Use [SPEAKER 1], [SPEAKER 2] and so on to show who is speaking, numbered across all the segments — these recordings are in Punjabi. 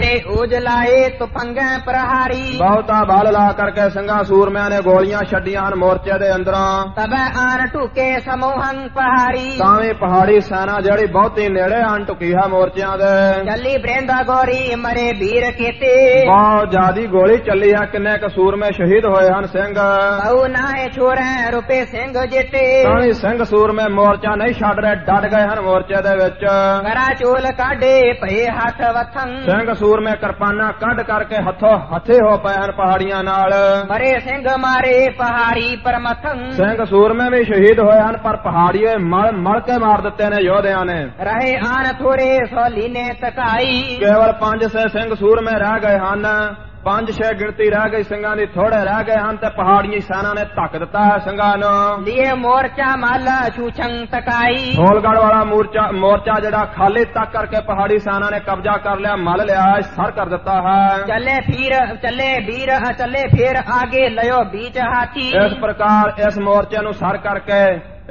[SPEAKER 1] ਨੇ ਓਜ ਲਾਏ ਤੁਪੰਗਾਂ ਪ੍ਰਹਾਰੀ
[SPEAKER 2] ਬਹੁਤਾ ਬਲ ਲਾ ਕਰਕੇ ਸਿੰਘਾਂ ਸੂਰਮਿਆਂ ਨੇ ਗੋਲੀਆਂ ਛੱਡੀਆਂ ਹਨ ਮੋਰਚੇ ਦੇ ਅੰਦਰਾਂ
[SPEAKER 1] ਤਬੈ ਆਣ ਢੁਕੇ ਸਮੂਹੰ ਪਹਾਰੀ
[SPEAKER 2] ਤਾਂ ਵੀ ਪਹਾੜੀ ਸੈਨਾ ਜਿਹੜੀ ਬਹੁਤੀ ਨੇੜੇ ਆਣ ਟੁਕੀ ਹੈ ਮੋਰਚਿਆਂ ਦੇ
[SPEAKER 1] ਚੱਲੀ ਬ੍ਰੇਂਦਾ ਗੋਰੀ ਮਰੇ ਵੀਰ ਕੀਤੇ
[SPEAKER 2] ਬਹੁਤ ਜ਼ਿਆਦੀ ਗੋਲੀ ਚੱਲੀ ਹੈ ਕਿੰਨੇ ਕੁ ਸੂਰਮੇ ਸ਼ਹੀਦ ਹੋਏ ਹਨ ਸਿੰਘ ਤਾਂ
[SPEAKER 1] ਬਹੁ ਨਾਏ ਛੋਰੇ ਰੁਪੇ ਸਿੰਘ ਜਿਤੇ
[SPEAKER 2] ਵੀ ਸਿੰਘ ਸੂਰਮੇ ਮੋਰਚਾ ਨਹੀਂ ਛੱਡ ਰਹੇ ਡਟ ਗਏ ਹਨ ਮੋਰਚੇ ਦੇ ਵਿੱਚ
[SPEAKER 1] ਕਰਾ ਚੋਲ ਕਾਢੇ ਪਏ ਹੱਥ ਵਥੰ
[SPEAKER 2] ਸਿੰਘ ਸੂਰਮੇ ਕਿਰਪਾਨਾਂ ਕੱਢ ਕਰਕੇ ਹੱਥੋਂ ਹੱਥੇ ਹੋ ਪਏ ਹਨ ਪਹਾੜੀਆਂ ਨਾਲ
[SPEAKER 1] ਮਰੇ ਸਿੰਘ ਮਾਰੇ ਪਹਾੜੀ ਪਰਮਥੰ
[SPEAKER 2] ਸਿੰਘ ਸੂਰਮੇ ਵੀ ਸ਼ਹੀਦ ਹੋਏ ਹਨ ਪਰ ਪਹਾੜੀਏ ਮਲ ਮਲ ਕੇ ਮਾਰ ਦਿੱਤੇ ਨੇ ਯੋਧਿਆਂ ਨੇ
[SPEAKER 1] ਰਹੇ ਆਣ ਥੋਰੇ ਸੋਲੀ ਨੇ ਤਕਾਈ
[SPEAKER 2] ਕੇਵਲ 500 ਸਿੰਘ ਸੂਰਮੇ ਰਹਿ ਗਏ ਹਨ 5-6 ਗਿਣਤੀ ਰਹਿ ਗਈ ਸਿੰਘਾਂ ਦੀ ਥੋੜੇ ਰਹਿ ਗਏ ਹਨ ਤੇ ਪਹਾੜੀਆਂ ਸੈਨਾ ਨੇ ਧੱਕ ਦਿੱਤਾ ਹੈ ਸਿੰਘਾਂ ਨੂੰ
[SPEAKER 1] ਲਿਏ ਮੋਰਚਾ ਮਾਲਾ ਛੂਛੰ ਤਕਾਈ
[SPEAKER 2] ਹੋਲਗੜ ਵਾਲਾ ਮੋਰਚਾ ਮੋਰਚਾ ਜਿਹੜਾ ਖਾਲੀ ਤੱਕ ਕਰਕੇ ਪਹਾੜੀ ਸੈਨਾ ਨੇ ਕਬਜ਼ਾ ਕਰ ਲਿਆ ਮਲ ਲਿਆ ਹੈ, ਸਰ ਕਰ ਦਿੱਤਾ ਹੈ
[SPEAKER 1] ਚੱਲੇ ਫੀਰ ਚੱਲੇ ਵੀਰ ਚੱਲੇ ਫੇਰ ਆਗੇ ਲਿਓ ਬੀਚ ਹਾਥੀ
[SPEAKER 2] ਇਸ ਪ੍ਰਕਾਰ ਇਸ ਮੋਰਚੇ ਨੂੰ ਸਰ ਕਰਕੇ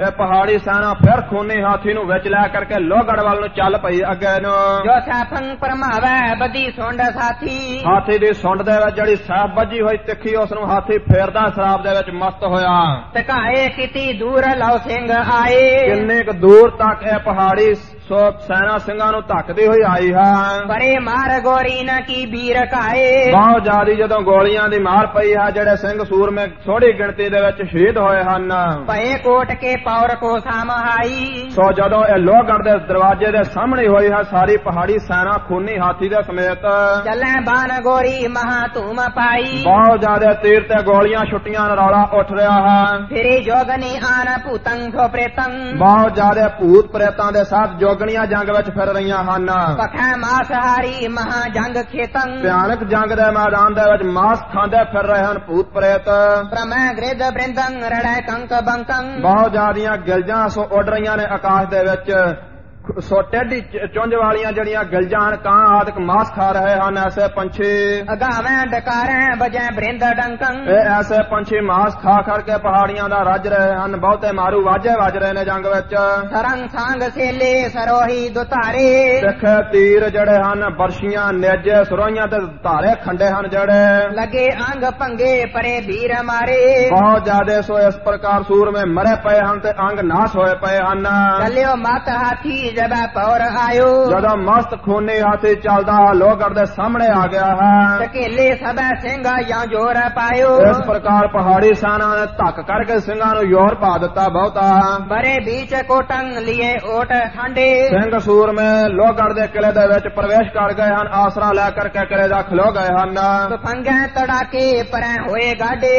[SPEAKER 2] ਇਹ ਪਹਾੜੀ ਸੈਨਾ ਫਿਰ ਖੂਨੀ ਹਾਥੀ ਨੂੰ ਵਿੱਚ ਲੈ ਕਰਕੇ ਲੋਹਗੜ ਵੱਲ ਨੂੰ ਚੱਲ ਪਈ ਅੱਗੇ ਨੂੰ
[SPEAKER 1] ਜੋ ਸਾਫੰ ਪਰਮਾਵੈ ਬਦੀ ਸੁੰਡ ਸਾਥੀ
[SPEAKER 2] ਹਾਥੀ ਦੀ ਸੁੰਡ ਦੇ ਵਿੱਚ ਜਿਹੜੀ ਸਾਫ ਵੱਜੀ ਹੋਈ ਤਿੱਖੀ ਉਸ ਨੂੰ ਹਾਥੀ ਫੇਰਦਾ ਸ਼ਰਾਬ ਦੇ ਵਿੱਚ ਮਸਤ ਹੋਇਆ
[SPEAKER 1] ਤਕਾਏ ਕਿਤੀ ਦੂਰ ਲਓ ਸਿੰਘ ਆਏ
[SPEAKER 2] ਕਿੰਨੇ ਕੁ ਦੂਰ ਤੱਕ ਇਹ ਪਹਾੜੀ ਸੋ ਸੈਨਾ ਸਿੰਘਾਂ ਨੂੰ ਧੱਕਦੀ ਹੋਈ ਆਈ ਹੈ
[SPEAKER 1] ਪਰੇ ਮਾਰ ਗੋਰੀ ਨਾ ਕੀ ਵੀਰ ਕਾਏ
[SPEAKER 2] ਬਹੁਤ ਜ਼ਿਆਦੀ ਜਦੋਂ ਗੋਲੀਆਂ ਦੀ ਮਾਰ ਪਈ ਹੈ ਜਿਹੜੇ ਸਿੰਘ ਸੂਰਮੇ ਥੋੜੀ ਗਿਣਤੀ ਦੇ ਵਿੱਚ ਸ਼ਹੀਦ ਹੋਏ ਹਨ
[SPEAKER 1] ਪਏ ਕੋਟ ਕੇ ਪੌਰ ਕੋ ਸਾਮਹਾਈ
[SPEAKER 2] ਸੋ ਜਦੋਂ ਇਹ ਲੋਹਗੜ੍ਹ ਦੇ ਦਰਵਾਜ਼ੇ ਦੇ ਸਾਹਮਣੇ ਹੋਈ ਹੈ ਸਾਰੀ ਪਹਾੜੀ ਸੈਨਾ ਖੂਨੀ ਹਾਥੀ ਦੇ ਸਮੇਤ
[SPEAKER 1] ਚੱਲੇ ਬਾਨ ਗੋਰੀ ਮਹਾ ਧੂਮ ਪਾਈ
[SPEAKER 2] ਬਹੁਤ ਜ਼ਿਆਦਾ ਤੀਰ ਤੇ ਗੋਲੀਆਂ ਛੁੱਟੀਆਂ ਨਾਲ ਰੌਲਾ ਉੱਠ ਰਿਹਾ ਹੈ
[SPEAKER 1] ਫਿਰੇ ਜੋਗਨੀ ਆਨ ਭੂਤੰ ਥੋ ਪ੍ਰੇਤੰ
[SPEAKER 2] ਬਹੁਤ ਜ਼ਿਆਦਾ ਭੂਤ ਪ੍ਰੇਤਾਂ ਦੇ ਸਾਥ ਜੋਗਣੀਆਂ ਜੰਗ ਵਿੱਚ ਫਿਰ ਰਹੀਆਂ ਹਨ
[SPEAKER 1] ਪਖਾ ਮਾਸਹਾਰੀ ਮਹਾ ਜੰਗ ਖੇਤੰ
[SPEAKER 2] ਭਿਆਨਕ ਜੰਗ ਦੇ ਮੈਦਾਨ ਦੇ ਵਿੱਚ ਮਾਸ ਖਾਂਦੇ ਫਿਰ ਰਹੇ ਹਨ ਭੂਤ ਪ੍ਰੇਤ
[SPEAKER 1] ਪ੍ਰਮੈ ਗ੍ਰਿਦ ਬ੍ਰਿੰਦੰ ਰੜੈ ਕੰਕ ਬੰਕੰ
[SPEAKER 2] ਬਹੁਤ ਜ਼ਿਆਦੀਆਂ ਗਿਲਜਾਂ ਸੋ ਉੱਡ ਰਹੀਆਂ ਨੇ ਆਕਾਸ਼ ਦੇ ਵਿੱਚ ਸੋ ਟੇਢੀ ਚ- ਚੁੰਝ ਵਾਲੀਆਂ ਜਿਹੜੀਆਂ ਗਿਲਜਾਂ ਹਨ ਕਾਂ ਆਦਿਕ ਮਾਸ ਖਾ ਰਹੇ ਹਨ ਐਸੇ ਪੰਛੀ
[SPEAKER 1] ਅਗਾਵੇਂ ਡਕਾਰੈ ਬਜੈ ਬ੍ਰਿੰਦ ਡੰਕੰ
[SPEAKER 2] ਇਹ ਐਸੇ ਪੰਛੀ ਮਾਸ ਖਾ ਕਰਕੇ ਪਹਾੜੀਆਂ ਦਾ ਰੱਜ ਰਹੇ ਹਨ ਬਹੁਤੇ ਮਾਰੂ ਵਾਜੇ ਵੱਜ ਰਹੇ ਨੇ ਜੰਗ ਵਿੱਚ
[SPEAKER 1] ਸਰੰਗ ਸਾਂਗ ਸੇਲੇ ਸਰੋਹੀ ਦੁਤਾਰੇ
[SPEAKER 2] ਸਿੱਖੇ ਤੀਰ ਜਿਹੜੇ ਹਨ ਬਰਸ਼ੀਆਂ ਨੇਜੇ ਸਰੋਈਆਂ ਤੇ ਧਾਰੇ ਖੰਡੇ ਹਨ ਜਿਹੜੇ
[SPEAKER 1] ਲਗੇ ਅੰਗ ਪੰਗੇ ਪਰੇ ਵੀਰ ਮਾਰੇ
[SPEAKER 2] ਬਹੁਤ ਜ਼ਿਆਦੇ ਸੋ ਇਸ ਪ੍ਰਕਾਰ ਸੂਰਮੇ ਮਰੇ ਪਏ ਹਨ ਤੇ ਅੰਗ ਨਾਸ ਹੋਏ ਪਏ ਹਨ
[SPEAKER 1] ਚੱਲਿਓ ਮਤ ਹਾਥੀ ਜਬੈ ਪੌਰ ਆਇਓ
[SPEAKER 2] ਜਦੋਂ ਮਸਤ ਖੂਨੀ ਹਾਥੀ ਚੱਲਦਾ ਲੋਹਗੜ ਦੇ ਸਾਹਮਣੇ ਆ ਗਿਆ ਹੈ
[SPEAKER 1] ਟਕੇਲੇ ਸਭੈ ਸਿੰਘਾ ਜਾਂ ਜੋਰ ਪਾਇਓ
[SPEAKER 2] ਇਸ ਪ੍ਰਕਾਰ ਪਹਾੜੀ ਸੈਨਾ ਨੇ ਧੱਕ ਕਰਕੇ ਸਿੰਘਾਂ ਨੂੰ ਯੋਰ ਪਾ ਦਿੱਤਾ ਬਹੁਤਾ
[SPEAKER 1] ਬਰੇ ਬੀਚ ਕੋਟੰਗ ਲਿਏ ਓਟ ਖਾਂਡੇ
[SPEAKER 2] ਸਿੰਘ ਸੂਰਮੇ ਲੋਹਗੜ੍ਹ ਦੇ ਕਿਲੇ ਦੇ ਵਿੱਚ ਪ੍ਰਵੇਸ਼ ਕਰ ਗਏ ਹਨ ਆਸਰਾ ਲੈ ਕਰਕੇ ਕਿਲੇ ਦਾ ਖਲੋ ਗਏ ਹਨ
[SPEAKER 1] ਤਫੰਗਾਂ ਤੜਾਕੇ ਪਰੈ ਹੋਏ ਗਾਡੇ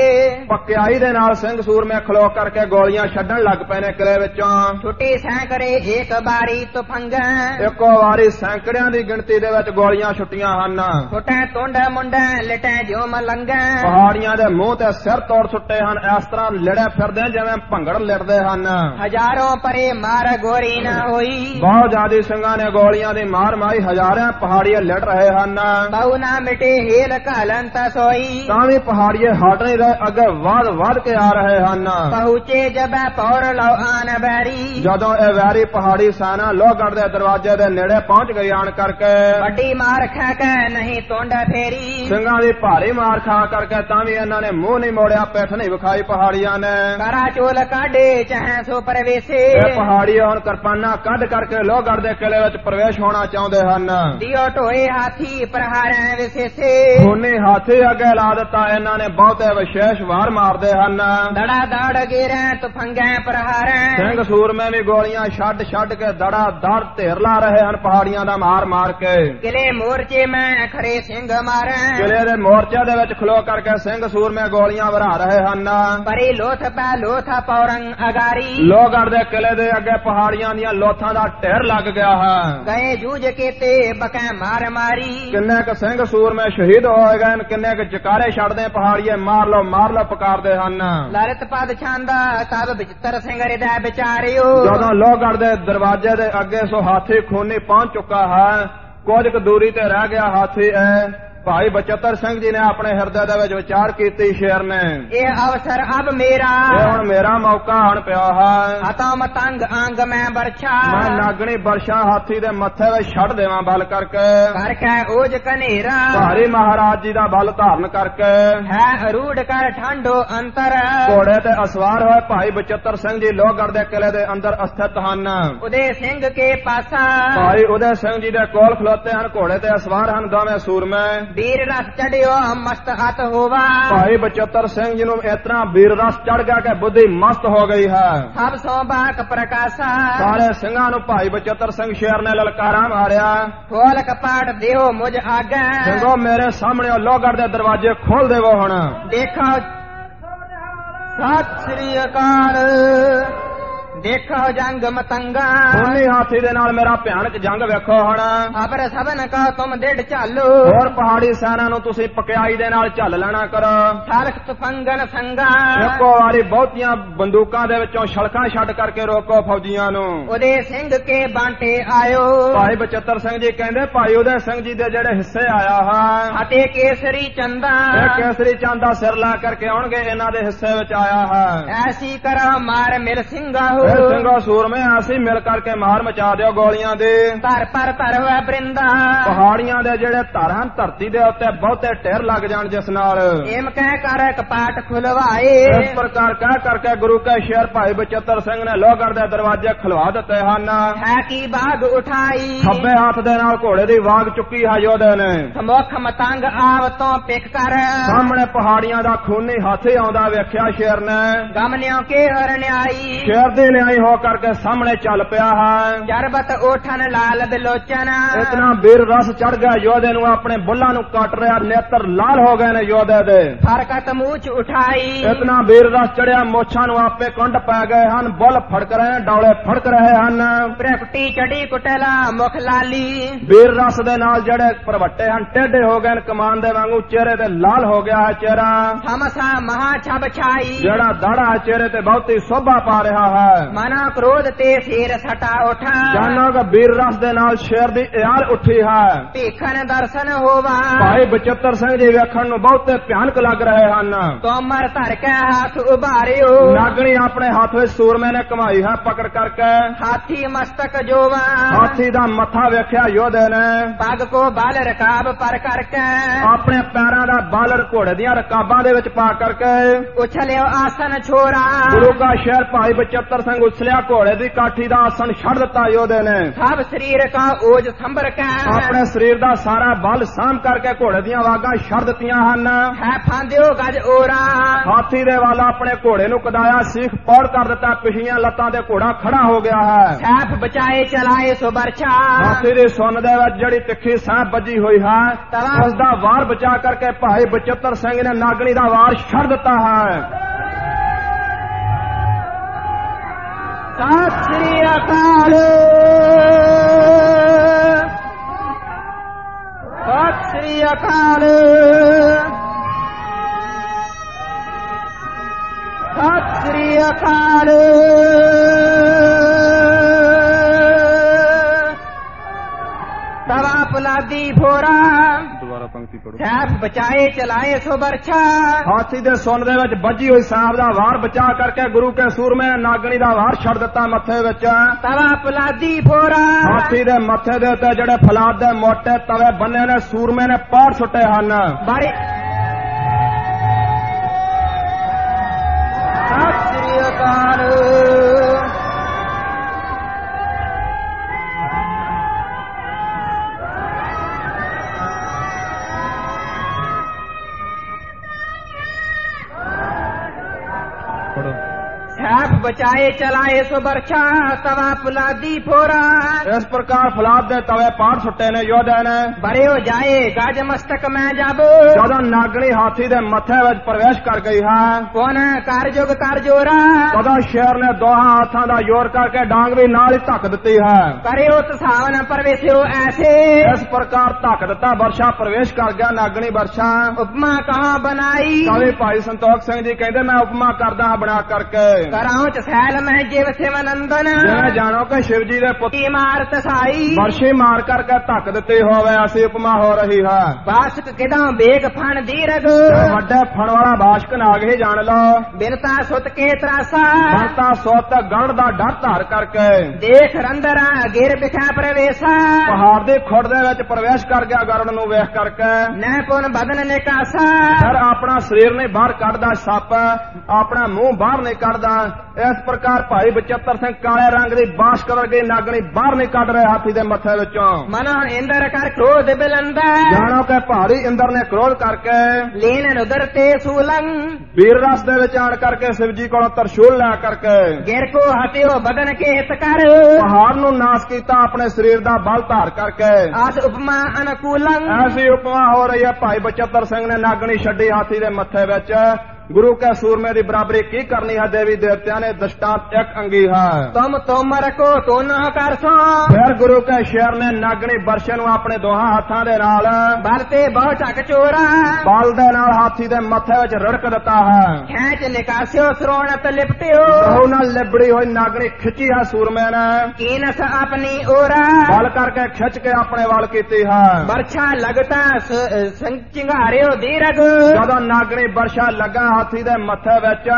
[SPEAKER 2] ਪੱਕਿਆਈ ਦੇ ਨਾਲ ਸਿੰਘ ਸੂਰਮੇ ਖਲੋ ਕਰਕੇ ਗੋਲੀਆਂ ਛੱਡਣ ਲੱਗ ਪਏ ਨੇ ਕਿਲੇ ਵਿੱਚੋਂ
[SPEAKER 1] ਛੁੱਟੀ ਸੈਂ ਕਰੇ ਏਕ ਬਾਰੀ ਤਫੰਗਾਂ
[SPEAKER 2] ਇੱਕੋ ਵਾਰੀ ਸੈਂਕੜਿਆਂ ਦੀ ਗਿਣਤੀ ਦੇ ਵਿੱਚ ਗੋਲੀਆਂ ਛੁੱਟੀਆਂ ਹਨ
[SPEAKER 1] ਫੁਟੈ ਤੁੰਡਾ ਮੁੰਡਾ ਲਟੈ ਜਿਉ ਮਲੰਗਾਂ
[SPEAKER 2] ਪਹਾੜੀਆਂ ਦੇ ਮੂੰਹ ਤੇ ਸਿਰ ਤੋੜ ਸੁੱਟੇ ਹਨ ਇਸ ਤਰ੍ਹਾਂ ਲੜੇ ਫਿਰਦੇ ਜਿਵੇਂ ਭੰਗੜ ਲਿੜਦੇ ਹਨ
[SPEAKER 1] ਹਜ਼ਾਰੋਂ ਪਰੇ ਮਾਰ ਗੋਰੀ ਨਾ ਹੋਈ
[SPEAKER 2] ਬਹੁਤ ਜ਼ਿਆਦੇ ਸਿੰਘਾਂ ਨੇ ਗੋਲੀਆਂ ਦੀ ਮਾਰ ਮਾਰੀ ਹਜ਼ਾਰਾਂ ਪਹਾੜੀਆਂ ਲੜ ਰਹੇ ਹਨ
[SPEAKER 1] ਬਹੁ ਨਾ ਮਿਟੇ ਹੇਲ ਕਲੰਤ ਸੋਈ
[SPEAKER 2] ਤਾਂ ਵੀ ਪਹਾੜੀਏ ਹਟ ਨਹੀਂ ਰਹੇ ਅੱਗੇ ਵੱਧ ਵੱਧ ਕੇ ਆ ਰਹੇ ਹਨ
[SPEAKER 1] ਪਹੁੰਚੇ ਜਬੈ ਪੌਰ ਲਉ ਆਨ ਬੈਰੀ
[SPEAKER 2] ਜਦੋਂ ਇਹ ਵੈਰੀ ਪਹਾੜੀ ਸੈਨਾ ਲੋਹਗੜ੍ਹ ਦੇ ਦਰਵਾਜ਼ੇ ਦੇ ਨੇੜੇ ਪਹੁੰਚ ਗਈ ਆਣ ਕਰਕੇ
[SPEAKER 1] ਵੱਡੀ ਮਾਰ ਖਾ ਕੇ ਨਹੀਂ ਤੁੰਡਾ ਫੇਰੀ
[SPEAKER 2] ਸਿੰਘਾਂ ਦੀ ਭਾਰੀ ਮਾਰ ਖਾ ਕਰਕੇ ਤਾਂ ਵੀ ਇਹਨਾਂ ਨੇ ਮੂੰਹ ਨਹੀਂ ਮੋੜਿਆ ਪਿੱਠ ਨਹੀਂ ਵਿਖਾਈ ਪਹਾੜੀਆਂ ਨੇ
[SPEAKER 1] ਕਰਾ ਚੋਲ ਕਾਢੇ ਚਹੈ ਸੋ ਪਰਵੇਸੇ
[SPEAKER 2] ਇਹ ਪਹਾੜੀ ਹੁਣ ਕਿਰਪਾਨਾਂ ਕੱਢ ਕਰਕੇ ਲੋਹਗੜ੍ਹ ਦੇ ਕਿਲੇ ਵਿੱਚ ਪ੍ਰਵੇਸ਼ ਹੋਣਾ ਚਾਹੁੰਦੇ ਹਨ
[SPEAKER 1] ਦਿਓ ਢੋਏ ਹਾਥੀ ਪ੍ਰਹਾਰੈ ਵਿਸੇਸੇ
[SPEAKER 2] ਉਹਨੇ ਹਾਥੇ ਅੱਗੇ ਲਾ ਦਿੱਤਾ ਇਹਨਾਂ ਨੇ ਬਹੁਤੇ ਵਿਸ਼ੇਸ਼ ਵਾਰ ਮਾਰਦੇ ਹਨ
[SPEAKER 1] ਦੜਾ ਦੜ ਗੇਰੈ ਤਫੰਗੈ ਪ੍ਰਹਾਰੈ
[SPEAKER 2] ਸਿੰਘ ਸੂਰਮੇ ਵੀ ਗੋਲੀਆਂ ਛੱਡ ਛੱਡ ਕੇ ਦੜਾ ਦੜ ਢੇਰ ਲਾ ਰਹੇ ਹਨ ਪਹਾੜੀਆਂ ਦਾ ਮਾਰ ਮਾਰ ਕੇ
[SPEAKER 1] ਕਿਲੇ ਮੋਰਚੇ ਮੈਂ ਖਰੇ ਸਿੰਘ ਮਾਰੈ
[SPEAKER 2] ਕਿਲੇ ਦੇ ਮੋਰਚੇ ਦੇ ਵਿੱਚ ਖਲੋ ਕਰਕੇ ਸਿੰਘ ਸੂਰਮੇ ਗੋਲੀਆਂ ਵਰਾ ਰਹੇ ਹਨ
[SPEAKER 1] ਪਰੇ ਲੋਥ ਪੈ ਲੋਥ ਪੌਰੰ ਅਗਾਰੀ
[SPEAKER 2] ਲੋਹਗੜ੍ਹ ਦੇ ਕਿਲੇ ਦੇ ਅੱਗੇ ਪਹਾੜੀਆਂ ਦੀਆਂ ਲੋਥਾਂ ਦਾ ਢੇਰ ਲੱਗ ਗਿਆ ਹੈ
[SPEAKER 1] ਗਏ ਜੂਝ ਕੇਤੇ ਬਕੈ ਮਾਰ ਮਾਰੀ
[SPEAKER 2] ਕਿੰਨੇ ਕ ਸਿੰਘ ਸੂਰਮੇ ਸ਼ਹੀਦ ਹੋਏ ਗਏ ਨੇ, ਕਿੰਨੇ ਕ ਜਕਾਰੇ ਛੱਡਦੇ ਪਹਾੜੀਏ ਮਾਰ ਲਓ ਮਾਰ ਲਓ ਪੁਕਾਰਦੇ ਹਨ
[SPEAKER 1] ਲਲਿਤ ਪਦ ਛਾਂਦਾ ਸਭ ਵਿਚਿਤਰ ਸਿੰਘ ਹਿਰਦੈ ਵਿਚਾਰਿਓ
[SPEAKER 2] ਜਦੋਂ ਲੋਹਗੜ੍ਹ ਦੇ ਦਰਵਾਜ਼ੇ ਦੇ ਅੱਗੇ ਸੋ ਹਾਥੀ ਖੂਨੀ ਪਹੁੰਚ ਚੁੱਕਾ ਹੈ ਕੁਝ ਕੁ ਦੂਰੀ ਤੇ ਰਹਿ ਗਿਆ ਹਾਥੀ ਐ ਭਾਈ ਬਚਤਰ ਸਿੰਘ ਜੀ ਨੇ ਆਪਣੇ ਹਿਰਦੇ ਦੇ ਵਿੱਚ ਵਿਚਾਰ ਕੀਤੀ ਸ਼ੇਰ ਨੇ
[SPEAKER 1] ਇਹ अवसर अब
[SPEAKER 2] ਇਹ ਹੁਣ
[SPEAKER 1] मेरा
[SPEAKER 2] ਮੇਰਾ ਮੌਕਾ ਹੁਣ ਪਿਆ ਹੈ
[SPEAKER 1] अतो मतंग अंग में बरछा
[SPEAKER 2] ਮੈਂ ਨਾਗਣੀ ਬਰਸ਼ਾ ਹਾਥੀ ਦੇ ਮੱਥੇ 'ਤੇ ਛੱਡ ਦੇਵਾਂ ਬਲ ਕਰਕੇ
[SPEAKER 1] घर के ओज कनेरा
[SPEAKER 2] ਭਾਰੀ ਮਹਾਰਾਜ ਜੀ ਦਾ ਬਲ ਧਾਰਨ ਕਰਕੇ
[SPEAKER 1] है अरूढ़ कर ठंडो अंतर
[SPEAKER 2] ਘੋੜੇ ਤੇ ਅਸਵਾਰ ਹੋਏ ਭਾਈ ਬਚਤਰ ਸਿੰਘ ਜੀ ਲੋਹਗੜ੍ਹ ਦੇ ਕਿਲੇ ਦੇ ਅੰਦਰ ਅਸਥਿਤ ਹਨ
[SPEAKER 1] उदय सिंह के पासा
[SPEAKER 2] ਭਾਈ ਉਦੈ ਸਿੰਘ ਜੀ ਦੇ ਕੋਲ ਖਲੋਤੇ ਹਨ ਘੋੜੇ ਤੇ ਅਸਵਾਰ ਹਨ ਦੋਵੇਂ ਸੂਰਮੇ
[SPEAKER 1] वीर रस चढ़ियो मस्त हाथ होवा
[SPEAKER 2] ਭਾਈ ਬਚਤਰ ਸਿੰਘ ਜੀ ਨੂੰ ਇਤਨਾ ਵੀਰ ਰਸ ਚੜ ਗਿਆ ਕਿ ਬੁੱਧੀ ਮਸਤ ਹੋ ਗਈ ਹੈ
[SPEAKER 1] सब सो बाक प्रकाशा
[SPEAKER 2] ਸਾਰੇ ਸਿੰਘਾਂ ਨੂੰ ਭਾਈ ਬਚਤਰ ਸਿੰਘ ਸ਼ੇਰ ਨੇ ਲਲਕਾਰਾ ਮਾਰਿਆ
[SPEAKER 1] खोल कपाट देहो मुझ आगे
[SPEAKER 2] ਸਿੰਘੋ ਮੇਰੇ ਸਾਹਮਣੇ ਉਹ ਲੋਹਗੜ੍ਹ ਦੇ ਦਰਵਾਜ਼ੇ ਖੋਲ ਦੇਵੋ ਹੁਣ
[SPEAKER 1] देखो सत श्री अकाल देखो जंग मतंगा
[SPEAKER 2] ਸੋਨੀ ਹਾਥੀ ਦੇ ਨਾਲ ਮੇਰਾ ਭਿਆਨਕ ਜੰਗ ਵੇਖੋ ਹੁਣ
[SPEAKER 1] अबर सबन का तुम दृढ़ चालो
[SPEAKER 2] ਹੋਰ ਪਹਾੜੀ ਸੈਨਾ ਨੂੰ ਤੁਸੀਂ ਪਕਿਆਈ ਦੇ ਨਾਲ ਝੱਲ ਲੈਣਾ ਕਰੋ
[SPEAKER 1] थालक तुफंगन संगा
[SPEAKER 2] ਇੱਕੋ ਵਾਰੀ ਬਹੁਤੀਆਂ ਬੰਦੂਕਾਂ ਦੇ ਵਿੱਚੋਂ ਛਲਕਾਂ ਛੱਡ ਕਰਕੇ ਰੋਕੋ ਫੌਜੀਆਂ ਨੂੰ
[SPEAKER 1] ਉਦੇ ਸਿੰਘ ਕੇ ਬਾਂਟੇ ਆਇਓ
[SPEAKER 2] ਭਾਈ ਬਚਤਰ ਸਿੰਘ ਜੀ ਕਹਿੰਦੇ ਭਾਈ ਉਦੈ ਸਿੰਘ ਜੀ ਦੇ ਜਿਹੜੇ ਹਿੱਸੇ ਆਇਆ ਹੈ
[SPEAKER 1] ਅਤੇ ਕੇਸਰੀ ਚੰਦਾ
[SPEAKER 2] ਇਹ ਕੇਸਰੀ ਚੰਦ ਦਾ ਸਿਰ ਲਾ ਕਰਕੇ ਆਉਣਗੇ ਇਹਨਾਂ ਦੇ ਹਿੱਸੇ ਵਿੱਚ ਆਇਆ ਹੈ
[SPEAKER 1] ਐਸੀ ਕਰੋ ਮਾਰ ਮਿਲ ਸਿੰਘਾ ਹੋ
[SPEAKER 2] ਇਹ ਸਿੰਘੋ ਸੂਰਮੇ ਅਸੀਂ ਮਿਲ ਕਰਕੇ ਮਾਰ ਮਚਾ ਦਿਓ ਗੋਲੀਆਂ ਦੇ
[SPEAKER 1] ਧਰ ਪਰ ਧਰ ਹੋਇ ਬ੍ਰਿੰਦਾ
[SPEAKER 2] ਪਹਾੜੀਆਂ ਦੇ ਜਿਹੜੇ ਧਰ ਹਨ ਧਰਤੀ ਦੇ ਉੱਤੇ ਬਹੁਤੇ ਢੇਰ ਲੱਗ ਜਾਣ ਜਿਸ ਨਾਲ
[SPEAKER 1] ਏਮ ਕਹਿ ਕਰ ਕਪਾਟ ਖੁਲਵਾਏ
[SPEAKER 2] ਇਸ ਪ੍ਰਕਾਰ ਕਹਿ ਕਰਕੇ ਗੁਰੂ ਕਾ ਸ਼ੇਰ ਭਾਈ ਬਚਤਰ ਸਿੰਘ ਨੇ ਲੋਹਗੜ੍ਹ ਦੇ ਦਰਵਾਜ਼ੇ ਖੁਲਵਾ ਦਿੱਤੇ ਹਨ
[SPEAKER 1] ਹੈ ਕੀ ਬਾਗ ਉਠਾਈ
[SPEAKER 2] ਖੱਬੇ ਹੱਥ ਦੇ ਨਾਲ ਘੋੜੇ ਦੀ ਵਾਗ ਚੁੱਕੀ ਹੈ ਯੋਧੇ ਨੇ
[SPEAKER 1] ਸਮੋਖ ਮਤੰਗ ਆਵਤੋਂ ਪਿਕ ਕਰ
[SPEAKER 2] ਸਾਹਮਣੇ ਪਹਾੜੀਆਂ ਦਾ ਖੂਨੀ ਹਾਥੀ ਆਉਂਦਾ ਵੇਖਿਆ ਸ਼ੇਰ ਨੇ
[SPEAKER 1] ਗਮਨਿਓ ਕੇ ਹਰਣਾਈ
[SPEAKER 2] ਸ਼ੇਰ ਦੀ ਨਿਆਈ ਹੋ ਕਰਕੇ ਸਾਹਮਣੇ ਚੱਲ ਪਿਆ ਹੈ
[SPEAKER 1] ਜਰਬਤ ਉਠਨ ਲਾਲ ਬਿਲੋਚਨ
[SPEAKER 2] ਇਤਨਾ ਬੀਰ ਰਸ ਚੜ ਗਿਆ ਯੋਧੇ ਨੂੰ ਆਪਣੇ ਬੁੱਲਾਂ ਨੂੰ ਕੱਟ ਰਿਹਾ ਨੇਤਰ ਲਾਲ ਹੋ ਗਏ ਨੇ ਯੋਧੇ ਦੇ
[SPEAKER 1] ਫਰਕਤ ਮੂਚ ਉਠਾਈ
[SPEAKER 2] ਇਤਨਾ ਬੀਰ ਰਸ ਚੜਿਆ ਮੋਛਾਂ ਨੂੰ ਆਪੇ ਕੁੰਡ ਪੈ ਗਏ ਹਨ ਬੁੱਲ ਫੜਕ ਰਹੇ ਡੌਲੇ ਫੜਕ ਰਹੇ ਹਨ
[SPEAKER 1] ਪ੍ਰਗਟੀ ਚੜੀ ਕੁਟਲਾ ਮੁਖ ਲਾਲੀ
[SPEAKER 2] ਬੀਰ ਰਸ ਦੇ ਨਾਲ ਜਿਹੜੇ ਪਰਵੱਟੇ ਹਨ ਟੇਢੇ ਹੋ ਗਏ ਨੇ ਕਮਾਨ ਦੇ ਵਾਂਗੂ ਚਿਹਰੇ ਤੇ ਲਾਲ ਹੋ ਗਿਆ ਹੈ ਚਿਹਰਾ
[SPEAKER 1] ਹਮਸਾ ਮਹਾ ਛਬ ਛਾਈ
[SPEAKER 2] ਜਿਹੜਾ ਦਾੜਾ ਚਿਹਰੇ ਤੇ ਬਹੁਤੀ ਸੋਭਾ ਪਾ ਰਿਹਾ ਹੈ
[SPEAKER 1] ਮਨਾ ਕ੍ਰੋਧ ਤੇ ਸਿਰ ਸਟਾ ਉਠਾ
[SPEAKER 2] ਜਾਨੋ ਕਿ ਬੀਰ ਰਸ ਦੇ ਨਾਲ ਸ਼ੇਰ ਦੀ ਯਾਰ ਉੱਠੀ ਹੈ
[SPEAKER 1] ਭੀਖਨ ਦਰਸ਼ਨ ਹੋਵਾ
[SPEAKER 2] ਭਾਈ ਬਚਤਰ ਸਿੰਘ ਜੀ ਵੇਖਣ ਨੂੰ ਬਹੁਤੇ ਭਿਆਨਕ ਲੱਗ ਰਹੇ ਹਨ
[SPEAKER 1] ਤੋਮਰ ਧਰ ਕੇ ਹੱਥ ਉਭਾਰਿਓ
[SPEAKER 2] ਨਾਗਣੀ ਆਪਣੇ ਹੱਥ ਵਿੱਚ ਸੂਰਮੇ ਨੇ ਕਮਾਈ ਹੈ ਪਕੜ ਕਰਕੇ
[SPEAKER 1] ਹਾਥੀ ਮਸਤਕ ਜੋਵਾ
[SPEAKER 2] ਹਾਥੀ ਦਾ ਮੱਥਾ ਵੇਖਿਆ ਯੋਧੇ ਨੇ
[SPEAKER 1] ਪੱਗ ਕੋ ਬਲ ਰਕਾਬ ਪਰ ਕਰਕੇ
[SPEAKER 2] ਆਪਣੇ ਪੈਰਾਂ ਦਾ ਬਾਲਰ ਘੋੜੇ ਦੀਆਂ ਰਕਾਬਾਂ ਦੇ ਵਿੱਚ ਪਾ ਕਰਕੇ
[SPEAKER 1] ਉਛਲਿਓ ਆਸਨ ਛੋਰਾ
[SPEAKER 2] ਗੁਰੂ ਕਾ ਸ਼ਹਿਰ ਭਾਈ ਬਚਤਰ ਸਿੰਘ ਉਛਲਿਆ ਘੋੜੇ ਦੀ ਕਾਠੀ ਦਾ ਆਸਣ ਛੱਡ ਦਿੱਤਾ ਯੋਧੇ ਨੇ
[SPEAKER 1] ਸਭ ਸਰੀਰ ਕਾ ਓਜ ਸੰਭਰ ਕੇ
[SPEAKER 2] ਆਪਣੇ ਸਰੀਰ ਦਾ ਸਾਰਾ ਬਲ ਸਾਂਭ ਕਰਕੇ ਘੋੜੇ ਦੀਆਂ ਵਾਗਾਂ ਛੱਡ ਦਿੱਤੀਆਂ ਹਨ
[SPEAKER 1] ਹੈ ਫਾਂਦਿਓ ਗਜ ਓਰਾ
[SPEAKER 2] ਹਾਥੀ ਦੇ ਵਾਲਾ ਆਪਣੇ ਘੋੜੇ ਨੂੰ ਕਦਾਇਆ ਸੀਖ ਪੌੜ ਕਰ ਦਿੱਤਾ ਪਿਛਲੀਆਂ ਲੱਤਾਂ ਤੇ ਘੋੜਾ ਖੜਾ ਹੋ ਗਿਆ ਹੈ
[SPEAKER 1] ਸੈਫ ਬਚਾਏ ਚਲਾਏ ਸੋ ਬਰਛਾ
[SPEAKER 2] ਹਾਥੀ ਦੇ ਸੁੰਨ ਦੇ ਵਿੱਚ ਜਿਹੜੀ ਤਿੱਖੀ ਸਾਹ ਵੱਜੀ ਹੋਈ ਹੈ
[SPEAKER 1] ਤਵਾ-
[SPEAKER 2] ਉਸ ਦਾ ਵਾਰ ਬਚਾ ਕਰਕੇ ਭਾਈ ਬਚਤਰ ਸਿੰਘ ਨੇ ਨਾਗਣੀ ਦਾ ਵਾਰ ਛੱਡ ਦਿੱਤਾ ਹੈ
[SPEAKER 1] ਸਤਿ ਸ੍ਰੀ ਅਕਾਲ ਸਤਿ ਸ੍ਰੀ ਅਕਾਲ ਸਤਿ ਸ੍ਰੀ ਅਕਾਲ ਤਵਾ ਪੁਲਾਦੀ ਫੋਰਾ
[SPEAKER 2] ਦੁਬਾਰਾ ਪੰਕਤੀ ਪੜੋ
[SPEAKER 1] ਸੈਫ ਬਚਾਏ ਚਲਾਏ ਸੋ ਬਰਛਾ
[SPEAKER 2] ਹਾਥੀ ਦੇ ਸੁੰਨ ਦੇ ਵਿੱਚ ਵੱਜੀ ਹੋਈ ਸਾਹ ਦਾ ਵਾਰ ਬਚਾ ਕਰਕੇ ਗੁਰੂ ਕੇ ਸੂਰਮੇ ਨੇ ਨਾਗਣੀ ਦਾ ਵਾਰ ਛੱਡ ਦਿੱਤਾ ਮੱਥੇ ਵਿੱਚ
[SPEAKER 1] ਤਵਾ ਪੁਲਾਦੀ ਫੋਰਾ
[SPEAKER 2] ਹਾਥੀ ਦੇ ਮੱਥੇ ਦੇ ਉੱਤੇ ਜਿਹੜੇ ਫਲਾਦ ਦੇ ਮੋਟੇ ਤਵੇ ਬੰਨੇ ਨੇ ਸੂਰਮੇ ਨੇ ਪਾੜ ਸੁੱਟੇ ਹਨ
[SPEAKER 1] ਬਾਰੇ ਸਤਿ ਸ੍ਰੀ ਅਕਾਲ
[SPEAKER 2] ਪੜੋ
[SPEAKER 1] ਸੈਫ ਬਚਾਏ ਚਲਾਏ ਸੋ ਬਰਛਾ ਤਵਾ ਪੁਲਾਦੀ ਫੋਰਾ
[SPEAKER 2] ਇਸ ਪ੍ਰਕਾਰ ਫਲਾਦ ਦੇ ਤਵੇ ਪਾੜ ਸੁੱਟੇ ਨੇ ਯੋਧੇ ਨੇ
[SPEAKER 1] ਬਰੇ ਹੋ ਜਾਏ ਗਾਜ ਮਸਤਕ ਮੈਂ ਜਾਬੋ
[SPEAKER 2] ਜਦੋਂ ਨਾਗਣੀ ਹਾਥੀ ਦੇ ਮੱਥੇ ਵਿੱਚ ਪ੍ਰਵੇਸ਼ ਕਰ ਗਈ ਹੈ
[SPEAKER 1] ਕੋਨ ਕਰ ਜੋਗ ਕਰ ਜੋਰਾ
[SPEAKER 2] ਤਦੋਂ ਸ਼ੇਰ ਨੇ ਦੋਹਾਂ ਹੱਥਾਂ ਦਾ ਜ਼ੋਰ ਕਰਕੇ ਡਾਂਗ ਵੀ ਨਾਲ ਹੀ ਧੱਕ ਦਿੱਤੀ ਹੈ
[SPEAKER 1] ਕਰਿਓ ਤਸਾਵਨ ਪਰਵੇਸਿਓ ਐਸੇ
[SPEAKER 2] ਇਸ ਪ੍ਰਕਾਰ ਧੱਕ ਦਿੱਤਾ ਵਰਸ਼ਾ ਪ੍ਰਵੇਸ਼ ਕਰ ਗਿਆ ਨਾਗਣੀ ਵਰਸ਼ਾ
[SPEAKER 1] ਉਪਮਾ ਕਹਾ ਬਣਾਈ
[SPEAKER 2] ਕਵੀ ਭਾਈ ਸੰਤੋਖ ਸਿੰਘ ਜੀ ਕਹਿੰਦੇ ਮੈਂ ਉਪਮਾ ਕਰਦਾ ਹਾਂ ਬਣਾ ਕਰਕੇ
[SPEAKER 1] ਕਰਾਉ ਪਹੁੰਚ ਸੈਲ ਮਹਿ ਜਿਵ ਸਿਵਨ
[SPEAKER 2] ਜਿਵੇਂ
[SPEAKER 1] ਅੰਦਨ
[SPEAKER 2] ਜਾਣੋ ਕਿ ਸ਼ਿਵ ਜੀ ਦੇ ਪੁੱਤ
[SPEAKER 1] ਕੀ ਮਾਰਤ ਸਾਈ
[SPEAKER 2] ਵਰਸ਼ੇ ਮਾਰ ਕਰਕੇ ਧੱਕ ਦਿੱਤੀ ਹੋਵੇ ਐਸੀ ਉਪਮਾ ਹੋ ਰਹੀ ਹੈ
[SPEAKER 1] ਬਾਸਕ ਕਿਦਾਂ ਬੇਗ ਫਣ ਦੀਰਗ
[SPEAKER 2] ਵੱਡੇ ਫਣ ਵਾਲਾ ਬਾਸ਼ਕ ਨਾਗ ਹੀ ਜਾਣ ਲੋ
[SPEAKER 1] ਬਿਨਤਾ ਸੁਤ ਕੇ ਤਰਾਸਾ
[SPEAKER 2] ਬੰਤਾ ਸੁੱਤ ਗਣ ਦਾ ਡਰ ਧਾਰ ਕਰਕੇ
[SPEAKER 1] ਦੇਖ ਰੰਦਰਾ ਗਿਰ ਬਿਖਾ ਪ੍ਰਵੇਸਾ
[SPEAKER 2] ਪਹਾੜ ਦੇ ਖੁੱਡ ਦੇ ਵਿੱਚ ਪ੍ਰਵੇਸ਼ ਕਰ ਗਿਆ ਗਰਣ ਨੂੰ ਵੇਖ ਕਰਕੇ
[SPEAKER 1] ਨੈ ਪੁਨ ਬਦਨ ਨਿਕਾਸਾ
[SPEAKER 2] ਫਿਰ ਆਪਣਾ ਸਰੀਰ ਨਹੀਂ ਬਾਹਰ ਕੱਢਦਾ ਸੱਪ ਆਪਣਾ ਮੂੰਹ ਬਾਹਰ ਨਹੀਂ ਕੱਢਦਾ ਇਸ ਪ੍ਰਕਾਰ ਭਾਈ ਬਚਿੱਤਰ ਸਿੰਘ ਕਾਲੇ ਰੰਗ ਦੀ ਬਾਸ਼ਕ ਵਰਗੀ ਨਾਗਣੀ ਬਾਹਰ ਨਹੀਂ ਕੱਢ ਰਿਹਾ ਹਾਥੀ ਦੇ ਮੱਥੇ ਵਿੱਚੋਂ
[SPEAKER 1] ਮਨੋ ਇੰਦਰ ਕਰ ਕ੍ਰੋਧ ਬਿਲੰਦਾ
[SPEAKER 2] ਜਾਣੋ ਕਿ ਭਾਰੀ ਇੰਦਰ ਨੇ ਕ੍ਰੋਧ ਕਰਕੇ
[SPEAKER 1] ਲੀਨ ਨੁਦਰ ਤੇ ਸੂਲੰ
[SPEAKER 2] ਵੀਰ ਰਸ ਦੇ ਵਿੱਚ ਆਣ ਕਰਕੇ ਸ਼ਿਵਜੀ ਕੋਲੋਂ ਤਰਸ਼ੂਲ ਲੈ ਕਰਕੇ
[SPEAKER 1] ਗਿਰ ਕੋ ਹਟਿਓ ਬਦਨ ਕੇ ਹਿਤ ਕਰ
[SPEAKER 2] ਪਹਾੜ ਨੂੰ ਨਾਸ ਕੀਤਾ ਆਪਣੇ ਸਰੀਰ ਦਾ ਬਲ ਧਾਰ ਕਰਕੇ
[SPEAKER 1] ਆਸ ਉਪਮਾ ਅਨਕੂਲੰ
[SPEAKER 2] ਐਸੀ ਉਪਮਾ ਹੋ ਰਹੀ ਹੈ ਭਾਈ ਬਚਤਰ ਸਿੰਘ ਨੇ ਨਾਗਣੀ ਛੱਡੀ ਹਾਥੀ ਦੇ ਮੱਥੇ ਵਿੱਚ ਗੁਰੂ ਕੇ ਸੂਰਮੇ ਦੀ ਬਰਾਬਰੀ ਕੀ ਕਰਨੀ ਹੈ ਦੇਵੀ ਦੇਵਤਿਆਂ ਨੇ ਦਸ਼ਟਾਂਤ ਇੱਕ ਅੰਗੀ ਹੈ
[SPEAKER 1] ਤੁਮ ਤੋਮਰ ਕੋ ਤੋਨਾ ਕਰ ਸੋ
[SPEAKER 2] ਫਿਰ ਗੁਰੂ ਕੇ ਸ਼ੇਰ ਨੇ ਨਾਗਣੀ ਬਰਸ਼ੇ ਨੂੰ ਆਪਣੇ ਦੋਹਾਂ ਹੱਥਾਂ ਦੇ ਨਾਲ
[SPEAKER 1] ਬਲ ਤੇ ਬਹੁ ਢਕ ਚੋਰਾ
[SPEAKER 2] ਬਲ ਦੇ ਨਾਲ ਹਾਥੀ ਦੇ ਮੱਥੇ ਵਿੱਚ ਰੜਕ ਦਿੱਤਾ ਹੈ
[SPEAKER 1] ਖੈਚ ਨਿਕਾਸਿਓ ਸਰੋਣਤ ਲਿਪਟਿਓ
[SPEAKER 2] ਬਹੁ ਨਾਲ ਲਿਬੜੀ ਹੋਈ ਨਾਗਣੀ ਖਿੱਚੀ ਹੈ ਸੂਰਮੇ ਨੇ
[SPEAKER 1] ਕੀਨਸ ਆਪਣੀ ਓਰਾ
[SPEAKER 2] ਬਲ ਕਰਕੇ ਖਿੱਚ ਕੇ ਆਪਣੇ ਵੱਲ ਕੀਤੀ ਹੈ
[SPEAKER 1] ਬਰਛਾ ਲਗਤਾ ਸ- ਸੰਗ ਚਿੰਗਾਰਿਓ ਦੀਰਗ
[SPEAKER 2] ਜਦੋਂ ਨਾਗਣੀ ਵਰਸ਼ਾ ਲੱਗਾ ਹਾਥੀ ਦੇ ਮੱਥੇ ਵਿੱਚ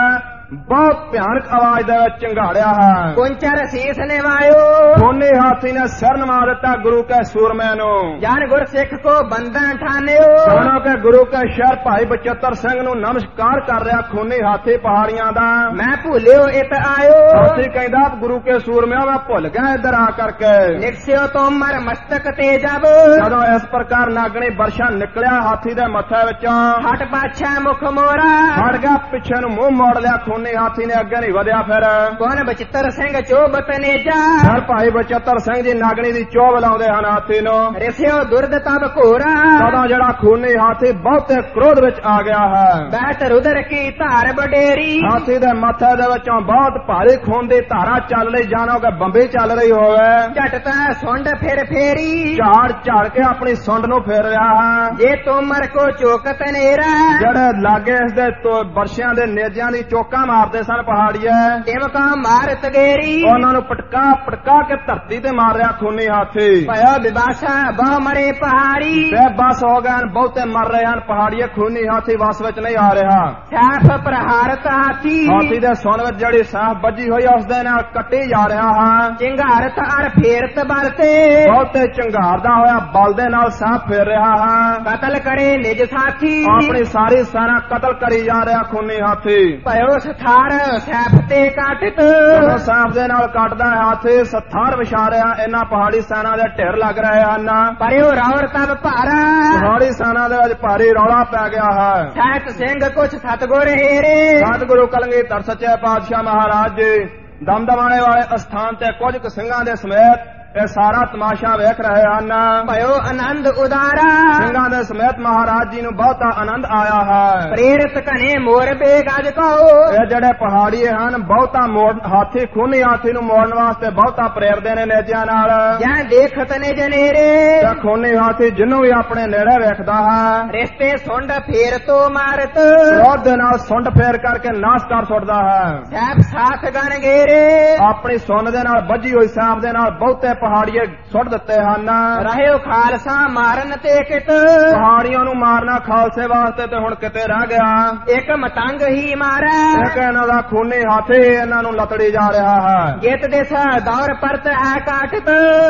[SPEAKER 2] ਬਹੁਤ ਭਿਆਨਕ ਆਵਾਜ਼ ਦੇ ਵਿੱਚ ਚੰਗਾੜਿਆ ਹੈ
[SPEAKER 1] ਕੁੰਚਰ ਸੀਸ ਨਿਵਾਇਓ
[SPEAKER 2] ਦੋਨੇ ਹਾਥੀ ਨੇ ਸਿਰ ਨਵਾ ਦਿੱਤਾ ਗੁਰੂ ਕੇ ਸੂਰਮੇ ਨੂੰ
[SPEAKER 1] ਜਾਨ ਗੁਰ ਸਿੱਖ ਕੋ ਬੰਧਨ ਠਾਨਿਓ
[SPEAKER 2] ਉਹਨਾਂ ਕੇ ਗੁਰੂ ਕੇ ਸ਼ਰ ਭਾਈ ਬਚਤਰ ਸਿੰਘ ਨੂੰ ਨਮਸਕਾਰ ਕਰ ਰਿਹਾ ਖੂਨੀ ਹਾਥੀ ਪਹਾੜੀਆਂ ਦਾ
[SPEAKER 1] ਮੈਂ ਭੁਲਿਓ ਇਤ ਆਇਓ
[SPEAKER 2] ਹਾਥੀ ਕਹਿੰਦਾ ਗੁਰੂ ਕੇ ਸੂਰਮਿਆਂ ਮੈਂ ਭੁੱਲ ਗਿਆ ਇੱਧਰ ਆ ਕਰਕੇ
[SPEAKER 1] ਨਿਕਸਿਓ ਤੋਮਰ ਮਸਤਕ ਤੇ ਜਬ
[SPEAKER 2] ਜਦੋਂ ਇਸ ਪ੍ਰਕਾਰ ਨਾਗਣੀ ਵਰਸ਼ਾ ਨਿਕਲਿਆ ਹਾਥੀ ਦੇ ਮੱਥੇ ਵਿੱਚੋਂ
[SPEAKER 1] ਹਟ ਪਾਛਾ ਮੁਖ ਮੋਰਾ
[SPEAKER 2] ਹਟ ਗਿਆ ਪਿੱਛੇ ਨੂੰ ਮੂੰਹ ਮੋੜ ਲਿਆ ਖੂਨੀ ਹਾਥੀ ਨੇ ਅੱਗੇ ਨਹੀਂ ਵਧਿਆ ਫਿਰ
[SPEAKER 1] ਕੋਨ ਬਚਿੱਤਰ ਸਿੰਘ ਚੋਬਤ ਨੇਜਾ
[SPEAKER 2] ਸਰ ਭਾਈ ਬਚਤਰ ਸਿੰਘ ਜੀ ਨਾਗਣੀ ਦੀ ਚੋਬ ਲਾਉਂਦੇ ਹਨ ਹਾਥੀ ਨੂੰ
[SPEAKER 1] ਰਿਸਿਓ ਦੁਰਦ ਤਬ ਘੋਰਾ
[SPEAKER 2] ਤਦੋਂ ਜਿਹੜਾ ਖੂਨੀ ਹਾਥੀ ਬਹੁਤੇ ਕ੍ਰੋਧ ਵਿੱਚ ਆ ਗਿਆ ਹੈ
[SPEAKER 1] ਬਹਿਤ ਰੁਦਰ ਕੀ ਧਾਰ ਬਡੇਰੀ
[SPEAKER 2] ਹਾਥੀ ਦੇ ਮੱਥੇ ਦੇ ਵਿੱਚੋਂ ਬਹੁਤ ਭਾਰੀ ਖੂਨ ਦੀ ਧਾਰਾ ਚੱਲ ਰਹੀ ਜਾਣੋ ਕਿ ਬੰਬੇ ਚੱਲ ਰਹੀ ਹੋਵੇ
[SPEAKER 1] ਝਟ ਤੈ ਸੁੰਡ ਫਿਰ ਫੇਰੀ
[SPEAKER 2] ਝਾੜ ਝਾੜ ਕੇ ਆਪਣੀ ਸੁੰਡ ਨੂੰ ਫੇਰ ਰਿਹਾ ਹੈ
[SPEAKER 1] ਜੇ ਤੋਮਰ ਕੋ ਚੋਕਤ ਨੇਰਾ
[SPEAKER 2] ਜਿਹੜੇ ਲਾਗੇ ਇਸ ਦੇ ਤੋ- ਬਰਸ਼ਿਆਂ ਦੇ ਨੇਜਿਆਂ ਦੀ ਚੋਕਾਂ ਮਾਰਦੇ ਸਨ ਪਹਾੜੀਏ
[SPEAKER 1] ਤਿਮ ਕਾ ਮਾਰਤ ਗੇਰੀ
[SPEAKER 2] ਉਹਨਾਂ ਨੂੰ ਪਟਕਾ ਪਟਕਾ ਕੇ ਧਰਤੀ ਤੇ ਮਾਰ ਰਿਹਾ ਖੂਨੀ ਹਾਥੀ
[SPEAKER 1] ਭਇਆ ਬਿਬਾਸ਼ਾ ਬਹੁ ਮਰੇ ਪਹਾੜੀ
[SPEAKER 2] ਤੇ ਬਸ ਹੋ ਗਏ ਹਨ ਬਹੁਤੇ ਮਰ ਰਹੇ ਹਨ ਪਹਾੜੀਏ ਖੂਨੀ ਹਾਥੀ ਵਸ ਵਿੱਚ ਨਹੀਂ ਆ ਰਿਹਾ
[SPEAKER 1] ਸਾਫ ਪ੍ਰਹਾਰਤ
[SPEAKER 2] ਹਾਥੀ
[SPEAKER 1] ਹਾਥੀ
[SPEAKER 2] ਦੇ ਸੁਣ ਵਿੱਚ ਜਿਹੜੀ ਸਾਹ ਵੱਜੀ ਹੋਈ ਆ, ਉਸ ਦੇ ਨਾਲ ਕੱਟੀ ਜਾ ਰਿਹਾ ਹਾਂ
[SPEAKER 1] ਚਿੰਗਾਰਤ ਅਰ ਫੇਰਤ ਬਲਤੇ
[SPEAKER 2] ਬਹੁਤੇ ਚੰਗਾਰਦਾ ਹੋਇਆ ਬਲ ਦੇ ਨਾਲ ਸਾਹ ਫੇਰ ਰਿਹਾ ਹਾਂ
[SPEAKER 1] ਕਤਲ ਕਰੇ ਨਿਜ ਸਾਥੀ
[SPEAKER 2] ਆਪਣੀ ਸਾਰੀ ਸਾਰਾ ਕਤਲ ਕਰੀ ਜਾ ਰਿਹਾ ਖੂਨੀ ਹਾਥੀ
[SPEAKER 1] ਭਇਓ ਸਥਾਰ ਸੈਫ ਤੇ ਕਾਟਿਤ
[SPEAKER 2] ਜਦੋਂ ਸਾਹ ਦੇ ਨਾਲ ਕੱਟਦਾ ਹੈ ਹਾਥੀ ਸੱਥਾਰ ਵਿਛਾ ਰਿਹਾ ਇਹਨਾਂ ਪਹਾੜੀ ਸੈਨਾ ਦੇ ਢੇਰ ਲੱਗ ਰਹੇ ਹਨ
[SPEAKER 1] ਪਰਿਓ ਰਾਵਰ ਤਬ ਭਾਰਾ
[SPEAKER 2] ਪਹਾੜੀ ਸੈਨਾ ਦੇ ਵਿੱਚ ਭਾਰੀ ਰੌਲਾ ਪੈ ਗਿਆ ਹੈ
[SPEAKER 1] ਸਹਿਤ ਸਿੰਘ ਕੁਛ ਸਤਗੁਰ ਹੇਰੇ
[SPEAKER 2] ਸਤਿਗੁਰੂ ਕਲਗੀਧਰ ਸੱਚੇ ਪਾਤਸ਼ਾਹ ਮਹਾਰਾਜ ਜੀ ਦਮਦਮਾਣੇ ਵਾਲੇ ਅਸਥਾਨ ਤੇ ਕੁਝ ਕੁ ਸਿੰਘਾਂ ਦੇ ਸਮੇਤ ਇਹ ਸਾਰਾ ਤਮਾਸ਼ਾ ਵੇਖ ਰਹੇ ਹਨ
[SPEAKER 1] ਭਇਓ ਆਨੰਦ ਉਦਾਰਾ
[SPEAKER 2] ਸਿੰਘਾਂ ਦੇ ਸਮੇਤ ਮਹਾਰਾਜ ਜੀ ਨੂੰ ਬਹੁਤਾ ਆਨੰਦ ਆਇਆ ਹੈ
[SPEAKER 1] ਪ੍ਰੇਰਿਤ ਘਨੇ ਮੋਰ ਬੇਗਜ ਕਉ
[SPEAKER 2] ਇਹ ਜਿਹੜੇ ਪਹਾੜੀਏ ਹਨ ਬਹੁਤਾ ਮੋੜ ਹਾਥੀ ਖੂਨੀ ਹਾਥੀ ਨੂੰ ਮੋੜਨ ਵਾਸਤੇ ਬਹੁਤਾ ਪ੍ਰੇਰਦੇ ਨੇ ਨੇਜਿਆਂ ਨਾਲ
[SPEAKER 1] ਜਾਂ ਦੇਖਤ ਨੇ ਜਨੇਰੇ
[SPEAKER 2] ਤਾਂ ਖੂਨੀ ਹਾਥੀ ਜਿਹਨੂੰ ਵੀ ਆਪਣੇ ਨੇੜੇ ਵੇਖਦਾ ਹੈ
[SPEAKER 1] ਰਿਸ਼ਤੇ ਸੁੰਡ ਫੇਰ ਤੋ ਮਾਰਤ
[SPEAKER 2] ਰੋਧ ਦੇ ਨਾਲ ਸੁੰਡ ਫੇਰ ਕਰਕੇ ਨਾਸ਼ ਕਰ ਛੁੱਟਦਾ ਹੈ
[SPEAKER 1] ਸਹਿਬ ਸਾਥ ਗਣ ਗੇਰੇ
[SPEAKER 2] ਆਪਣੀ ਸੁੰਨ ਦੇ ਨਾਲ ਵੱਜੀ ਹੋਈ ਸਾਂਪ ਦੇ ਨਾਲ ਬਹੁਤੇ ਪਹਾੜੀਏ ਸੁੱਟ ਦਿੱਤੇ ਹਨ
[SPEAKER 1] ਰਹਿਓ ਖਾਲਸਾ ਮਾਰਨ ਤੇ ਕਿਤ
[SPEAKER 2] ਪਹਾੜੀਆਂ ਨੂੰ ਮਾਰਨਾ ਖਾਲਸੇ ਵਾਸਤੇ ਤੇ ਹੁਣ ਕਿਤੇ ਰਹਿ ਗਿਆ
[SPEAKER 1] ਇਕ ਮਤੰਗ ਹੀ
[SPEAKER 2] ਇਹ
[SPEAKER 1] ਮਾਰੈ
[SPEAKER 2] ਕਹਿਣਾ ਦਾ ਖੂਨੀ ਹਾਥੀ ਇਹਨਾਂ ਨੂੰ ਲਤੜੀ ਜਾ ਰਿਹਾ ਹੈ
[SPEAKER 1] ਜਿਤ ਦੇ ਦੌਰ ਪਰਤ ਹੈ ਕਾਟਤ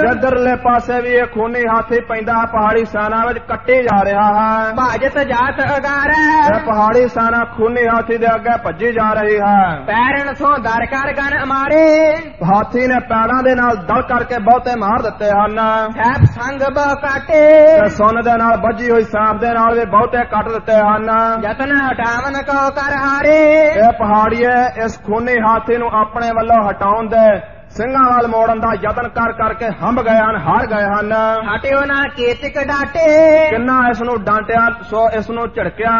[SPEAKER 2] ਜਦਰਲੇ ਪਾਸੇ ਵੀ ਇਹ ਖੂਨੀ ਹਾਥੀ ਪੈਂਦਾ ਹੈ ਪਹਾੜੀ ਸਾਨਾ ਵਿੱਚ ਕੱਟੇ ਜਾ ਰਿਹਾ ਹੈ
[SPEAKER 1] ਭਾਜਤ ਜਾਤ
[SPEAKER 2] ਇਹ
[SPEAKER 1] ਅਗਾਰੈ
[SPEAKER 2] ਪਹਾੜੀ ਸਾਨਾ ਖੂਨੀ ਹਾਥੀ ਦੇ ਅੱਗੇ ਭੱਜੀ ਜਾ ਰਹੀ ਹੈ
[SPEAKER 1] ਪੈਰਣ ਸੋ ਦਰ ਕਰ ਗਨ ਅਮਾਰੇ
[SPEAKER 2] ਹਾਥੀ ਨੇ ਪੈਰਾਂ ਦੇ ਨਾਲ ਦਲ ਕਰਕੇ ਬਹੁਤੇ ਮਾਰ ਦਿੱਤੇ ਹਨ
[SPEAKER 1] ਸਹਿਬ ਸੰਗ ਬਹੁ ਕਾਟੇ
[SPEAKER 2] ਤੇ ਸੁੰਨ ਦੇ ਨਾਲ ਵੱਜੀ ਹੋਈ ਸਾਂਪ ਦੇ ਨਾਲ ਵੀ ਬਹੁਤੇ ਕੱਟ ਦਿੱਤੇ ਹਨ
[SPEAKER 1] ਯਤਨ ਹਟਾਵਨ ਕਉ ਕਰ ਹਾਰੇ
[SPEAKER 2] ਇਹ ਪਹਾੜੀਏ ਇਸ ਖੂਨੀ ਹਾਥੀ ਨੂੰ ਆਪਣੇ ਵੱਲੋਂ ਹਟਾਉਣ ਦੇ ਸਿੰਘਾਂ ਵੱਲ ਮੋੜਨ ਦਾ ਯਤਨ ਕਰ ਕਰਕੇ ਹੰਭ ਗਏ ਹਨ ਹਾਰ ਗਏ ਹਨ
[SPEAKER 1] ਹਟਿਓ ਨਾ ਕੇਤਿਕ ਡਾਟੇ
[SPEAKER 2] ਕਿੰਨਾ ਇਸ ਨੂੰ ਡਾਂਟਿਆ ਸੋ ਇਸ ਨੂੰ ਝੜਕਿਆ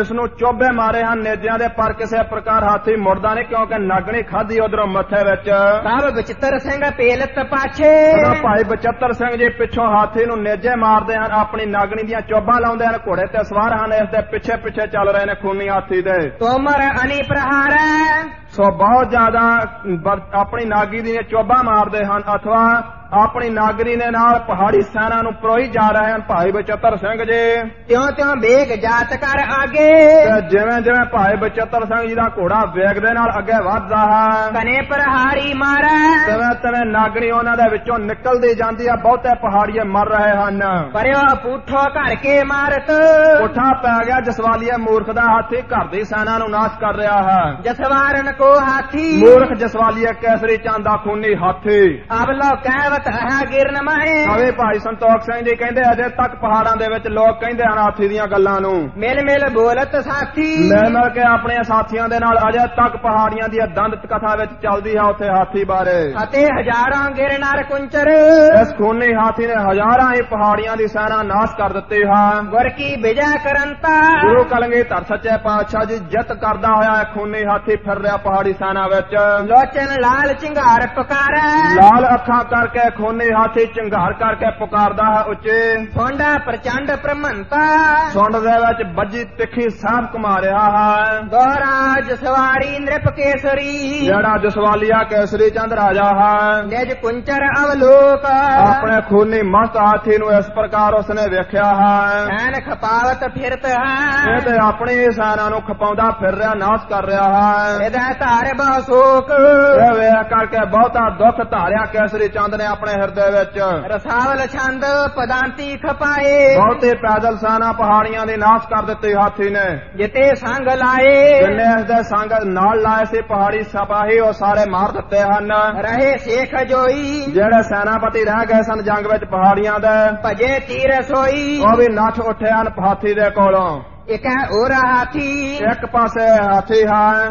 [SPEAKER 2] ਇਸ ਨੂੰ ਚੋਬੇ ਮਾਰੇ ਹਨ ਨੇਜਿਆਂ ਦੇ ਪਰ ਕਿਸੇ ਪ੍ਰਕਾਰ ਹਾਥੀ ਮੁੜਦਾ ਨਹੀਂ ਕਿਉਂਕਿ ਨਾਗਣੀ ਖਾਧੀ ਉਧਰੋਂ ਮੱਥੇ ਵਿੱਚ
[SPEAKER 1] ਸਭ ਬਚਿੱਤਰ ਸਿੰਘ ਪੇਲਤ ਪਾਛੇ
[SPEAKER 2] ਉਹਦਾ ਭਾਈ ਬਚਤਰ ਸਿੰਘ ਜੀ ਪਿੱਛੋਂ ਹਾਥੀ ਨੂੰ ਨੇਜੇ ਮਾਰਦੇ ਹਨ ਆਪਣੀ ਨਾਗਣੀ ਦੀਆਂ ਚੋਬਾਂ ਲਾਉਂਦੇ ਹਨ ਘੋੜੇ ਤੇ ਸਵਾਰ ਹਨ ਇਸ ਦੇ ਪਿੱਛੇ ਪਿੱਛੇ ਚੱਲ ਰਹੇ ਨੇ ਖੂਨੀ ਹਾਥੀ ਦੇ
[SPEAKER 1] ਤੋਮਰ ਅਨੀ ਪ੍ਰਹਾਰੈ
[SPEAKER 2] ਸੋ ਬਹੁਤ ਜ਼ਿਆਦਾ ਬਰ- ਆਪਣੀ ਨਾਗੀ ਦੀਆਂ ਚੋਬਾਂ ਮਾਰਦੇ ਹਨ ਅਥਵਾ ਆਪਣੀ ਨਾਗਰੀ ਦੇ ਨਾਲ ਪਹਾੜੀ ਸੈਨਾ ਨੂੰ ਪਰੋਈ ਜਾ ਰਹੇ ਹਨ ਭਾਈ ਬਚਤਰ ਸਿੰਘ ਜੀ
[SPEAKER 1] ਤਿਉਂ ਤਿਉਂ ਵੇਗ ਜਾਤ ਕਰ ਆਗੇ
[SPEAKER 2] ਤੇ ਜਿਵੇਂ ਜਿਵੇਂ ਭਾਈ ਬਚਤਰ ਸਿੰਘ ਜੀ ਦਾ ਘੋੜਾ ਵੇਗ ਦੇ ਨਾਲ ਅੱਗੇ ਵੱਧਦਾ ਹੈ
[SPEAKER 1] ਕਨੇ ਪ੍ਰਹਾਰੀ ਮਾਰੈ
[SPEAKER 2] ਤਵੇਂ ਤਵੇਂ ਨਾਗਰੀ ਉਹਨਾਂ ਦੇ ਵਿੱਚੋਂ ਨਿਕਲਦੀ ਜਾਂਦੀ ਹੈ ਬਹੁਤੇ ਪਹਾੜੀਏ ਮਰ ਰਹੇ ਹਨ
[SPEAKER 1] ਪਰਿਓ ਪੂਠੋ ਘਰ ਕੇ ਮਾਰਤ
[SPEAKER 2] ਕੋਠਾ ਪੈ ਗਿਆ ਜਸਵਾਲੀਆ ਮੂਰਖ ਦਾ ਹਾਥੀ ਘਰ ਦੀ ਸੈਨਾ ਨੂੰ ਨਾਸ਼ ਕਰ ਰਿਹਾ ਹੈ
[SPEAKER 1] ਜਸਵਾਰਨ ਕੋ ਹਾਥੀ
[SPEAKER 2] ਮੂਰਖ ਜਸਵਾਲੀਆ ਕੈਸਰੀ ਚੰਦ ਦਾ ਖੂਨੀ ਹਾਥੀ
[SPEAKER 1] ਅਬ ਲੋ ਕਹਿਵਤ ਹੈ ਗਿਰਨ ਮਹੇ
[SPEAKER 2] ਆਵੇ ਭਾਈ ਸੰਤੋਖ ਸਿੰਘ ਜੀ ਕਹਿੰਦੇ ਅਜੇ ਤੱਕ ਪਹਾੜਾਂ ਦੇ ਵਿੱਚ ਲੋਕ ਕਹਿੰਦੇ ਹਨ ਹਾਥੀ ਦੀਆਂ ਗੱਲਾਂ ਨੂੰ
[SPEAKER 1] ਮਿਲ ਮਿਲ ਬੋਲਤ ਸਾਥੀ
[SPEAKER 2] ਮੈਂ ਮਿਲ ਕੇ ਆਪਣੇ ਸਾਥੀਆਂ ਦੇ ਨਾਲ ਅਜੇ ਤੱਕ ਪਹਾੜੀਆਂ ਦੀ ਇਹ ਦੰਦ ਕਥਾ ਵਿੱਚ ਚੱਲਦੀ ਹੈ ਉੱਥੇ ਹਾਥੀ ਬਾਰੇ
[SPEAKER 1] ਅਤੇ ਹਜ਼ਾਰਾਂ ਗਿਰ ਨਰ ਕੁੰਚਰ
[SPEAKER 2] ਇਸ ਖੂਨੀ ਹਾਥੀ ਨੇ ਹਜ਼ਾਰਾਂ ਹੀ ਪਹਾੜੀਆਂ ਦੀ ਸੈਨਾ ਨਾਸ਼ ਕਰ ਦਿੱਤੀ ਹੈ
[SPEAKER 1] ਗੁਰ ਕੀ ਵਿਜੈ ਕਰੰਤਾ
[SPEAKER 2] ਗੁਰੂ ਕਲੰਗੀ ਧਰ ਸੱਚੇ ਪਾਤਸ਼ਾਹ ਜੀ ਜਿੱਤ ਕਰਦਾ ਹੋਇਆ ਇਹ ਖੂਨੀ ਹਾਥੀ ਫਿਰ ਰਿਹਾ ਪਹਾੜੀ ਸੈਨਾ ਵਿੱਚ
[SPEAKER 1] ਲੋਚਨ ਲਾਲ ਚਿੰਗਾਰ ਪੁਕਾਰੈ
[SPEAKER 2] ਲਾਲ ਅੱਖਾਂ ਕਰਕੇ ਖੋਨੇ ਹਾਥੀ ਚੰਘਾਰ ਕਰਕੇ ਪੁਕਾਰਦਾ ਹੈ ਉੱਚੇ
[SPEAKER 1] ਫੋਂਡਾ ਪ੍ਰਚੰਡ ਪ੍ਰਮੰਤਾ
[SPEAKER 2] ਸੁੰਡ ਦੇ ਵਿੱਚ ਵੱਜੀ ਤਿੱਖੀ ਸਾਹ ਕਮਾ ਰਿਹਾ ਹੈ
[SPEAKER 1] ਦੋਰਾ ਜਸਵਾਰੀ ਨ੍ਰਿਪ ਕੇਸਰੀ
[SPEAKER 2] ਜਿਹੜਾ ਜਸਵਾਲੀਆ ਕੇਸਰੀ ਚੰਦ ਰਾਜਾ ਹੈ
[SPEAKER 1] ਨਿਜ ਕੁੰਚਰ ਅਵਲੋਕ
[SPEAKER 2] ਆਪਣੇ ਖੂਨੀ ਮਸਤ ਹਾਥੀ ਨੂੰ ਇਸ ਪ੍ਰਕਾਰ ਉਸਨੇ ਵੇਖਿਆ ਹੈ
[SPEAKER 1] ਐਨ ਖਪਾਵਤ ਫਿਰਤ ਹੈ
[SPEAKER 2] ਇਹ ਤੇ ਆਪਣੇ ਇਸ਼ਾਰਿਆਂ ਨੂੰ ਖਪਾਉਂਦਾ ਫਿਰ ਰਿਹਾ ਨਾਸ ਕਰ ਰਿਹਾ ਹੈ
[SPEAKER 1] ਇਹਦਾ ਧਾਰ ਬਹੁ ਸੋਕ
[SPEAKER 2] ਇਹ ਵੇਖ ਕਰਕੇ ਬਹੁਤਾ ਦੁੱਖ ਧਾਰਿਆ ਕੇਸਰੀ ਚੰਦ ਨੇ ਆਪਣੇ ਹਿਰਦੇ ਵਿੱਚ
[SPEAKER 1] ਰਸਾਵਲ ਛੰਦ ਪਦਾਂਤੀ ਖਪਾਏ
[SPEAKER 2] ਬਹੁਤੇ ਪੈਦਲ ਸੈਨਾ ਪਹਾੜੀਆਂ ਦੀ ਨਾਸ ਕਰ ਦਿੱਤੀ ਹਾਥੀ ਨੇ
[SPEAKER 1] ਜਿਤੇ ਸੰਗ ਲਾਏ
[SPEAKER 2] ਜਿੰਨੇ ਇਸ ਦੇ ਸੰਗ ਨਾਲ ਲਾਏ ਸੀ ਪਹਾੜੀ ਸਿਪਾਹੀ ਉਹ ਸਾਰੇ ਮਾਰ ਦਿੱਤੇ ਹਨ
[SPEAKER 1] ਰਹੇ ਸੇਖ ਜੋਈ
[SPEAKER 2] ਜਿਹੜੇ ਸੈਨਾਪਤੀ ਰਹਿ ਗਏ ਸਨ ਜੰਗ ਵਿੱਚ ਪਹਾੜੀਆਂ ਦੇ
[SPEAKER 1] ਭਜੇ ਤੀਰ ਸੋਈ
[SPEAKER 2] ਉਹ ਵੀ ਨੱਠ ਉੱਠੇ ਹਨ ਹਾਥੀ ਦੇ ਕੋਲੋਂ
[SPEAKER 1] ਇਕ ਹੈ ਉਹ ਹਾਥੀ
[SPEAKER 2] ਇੱਕ ਪਾਸੇ ਹਾਥੀ ਹੈ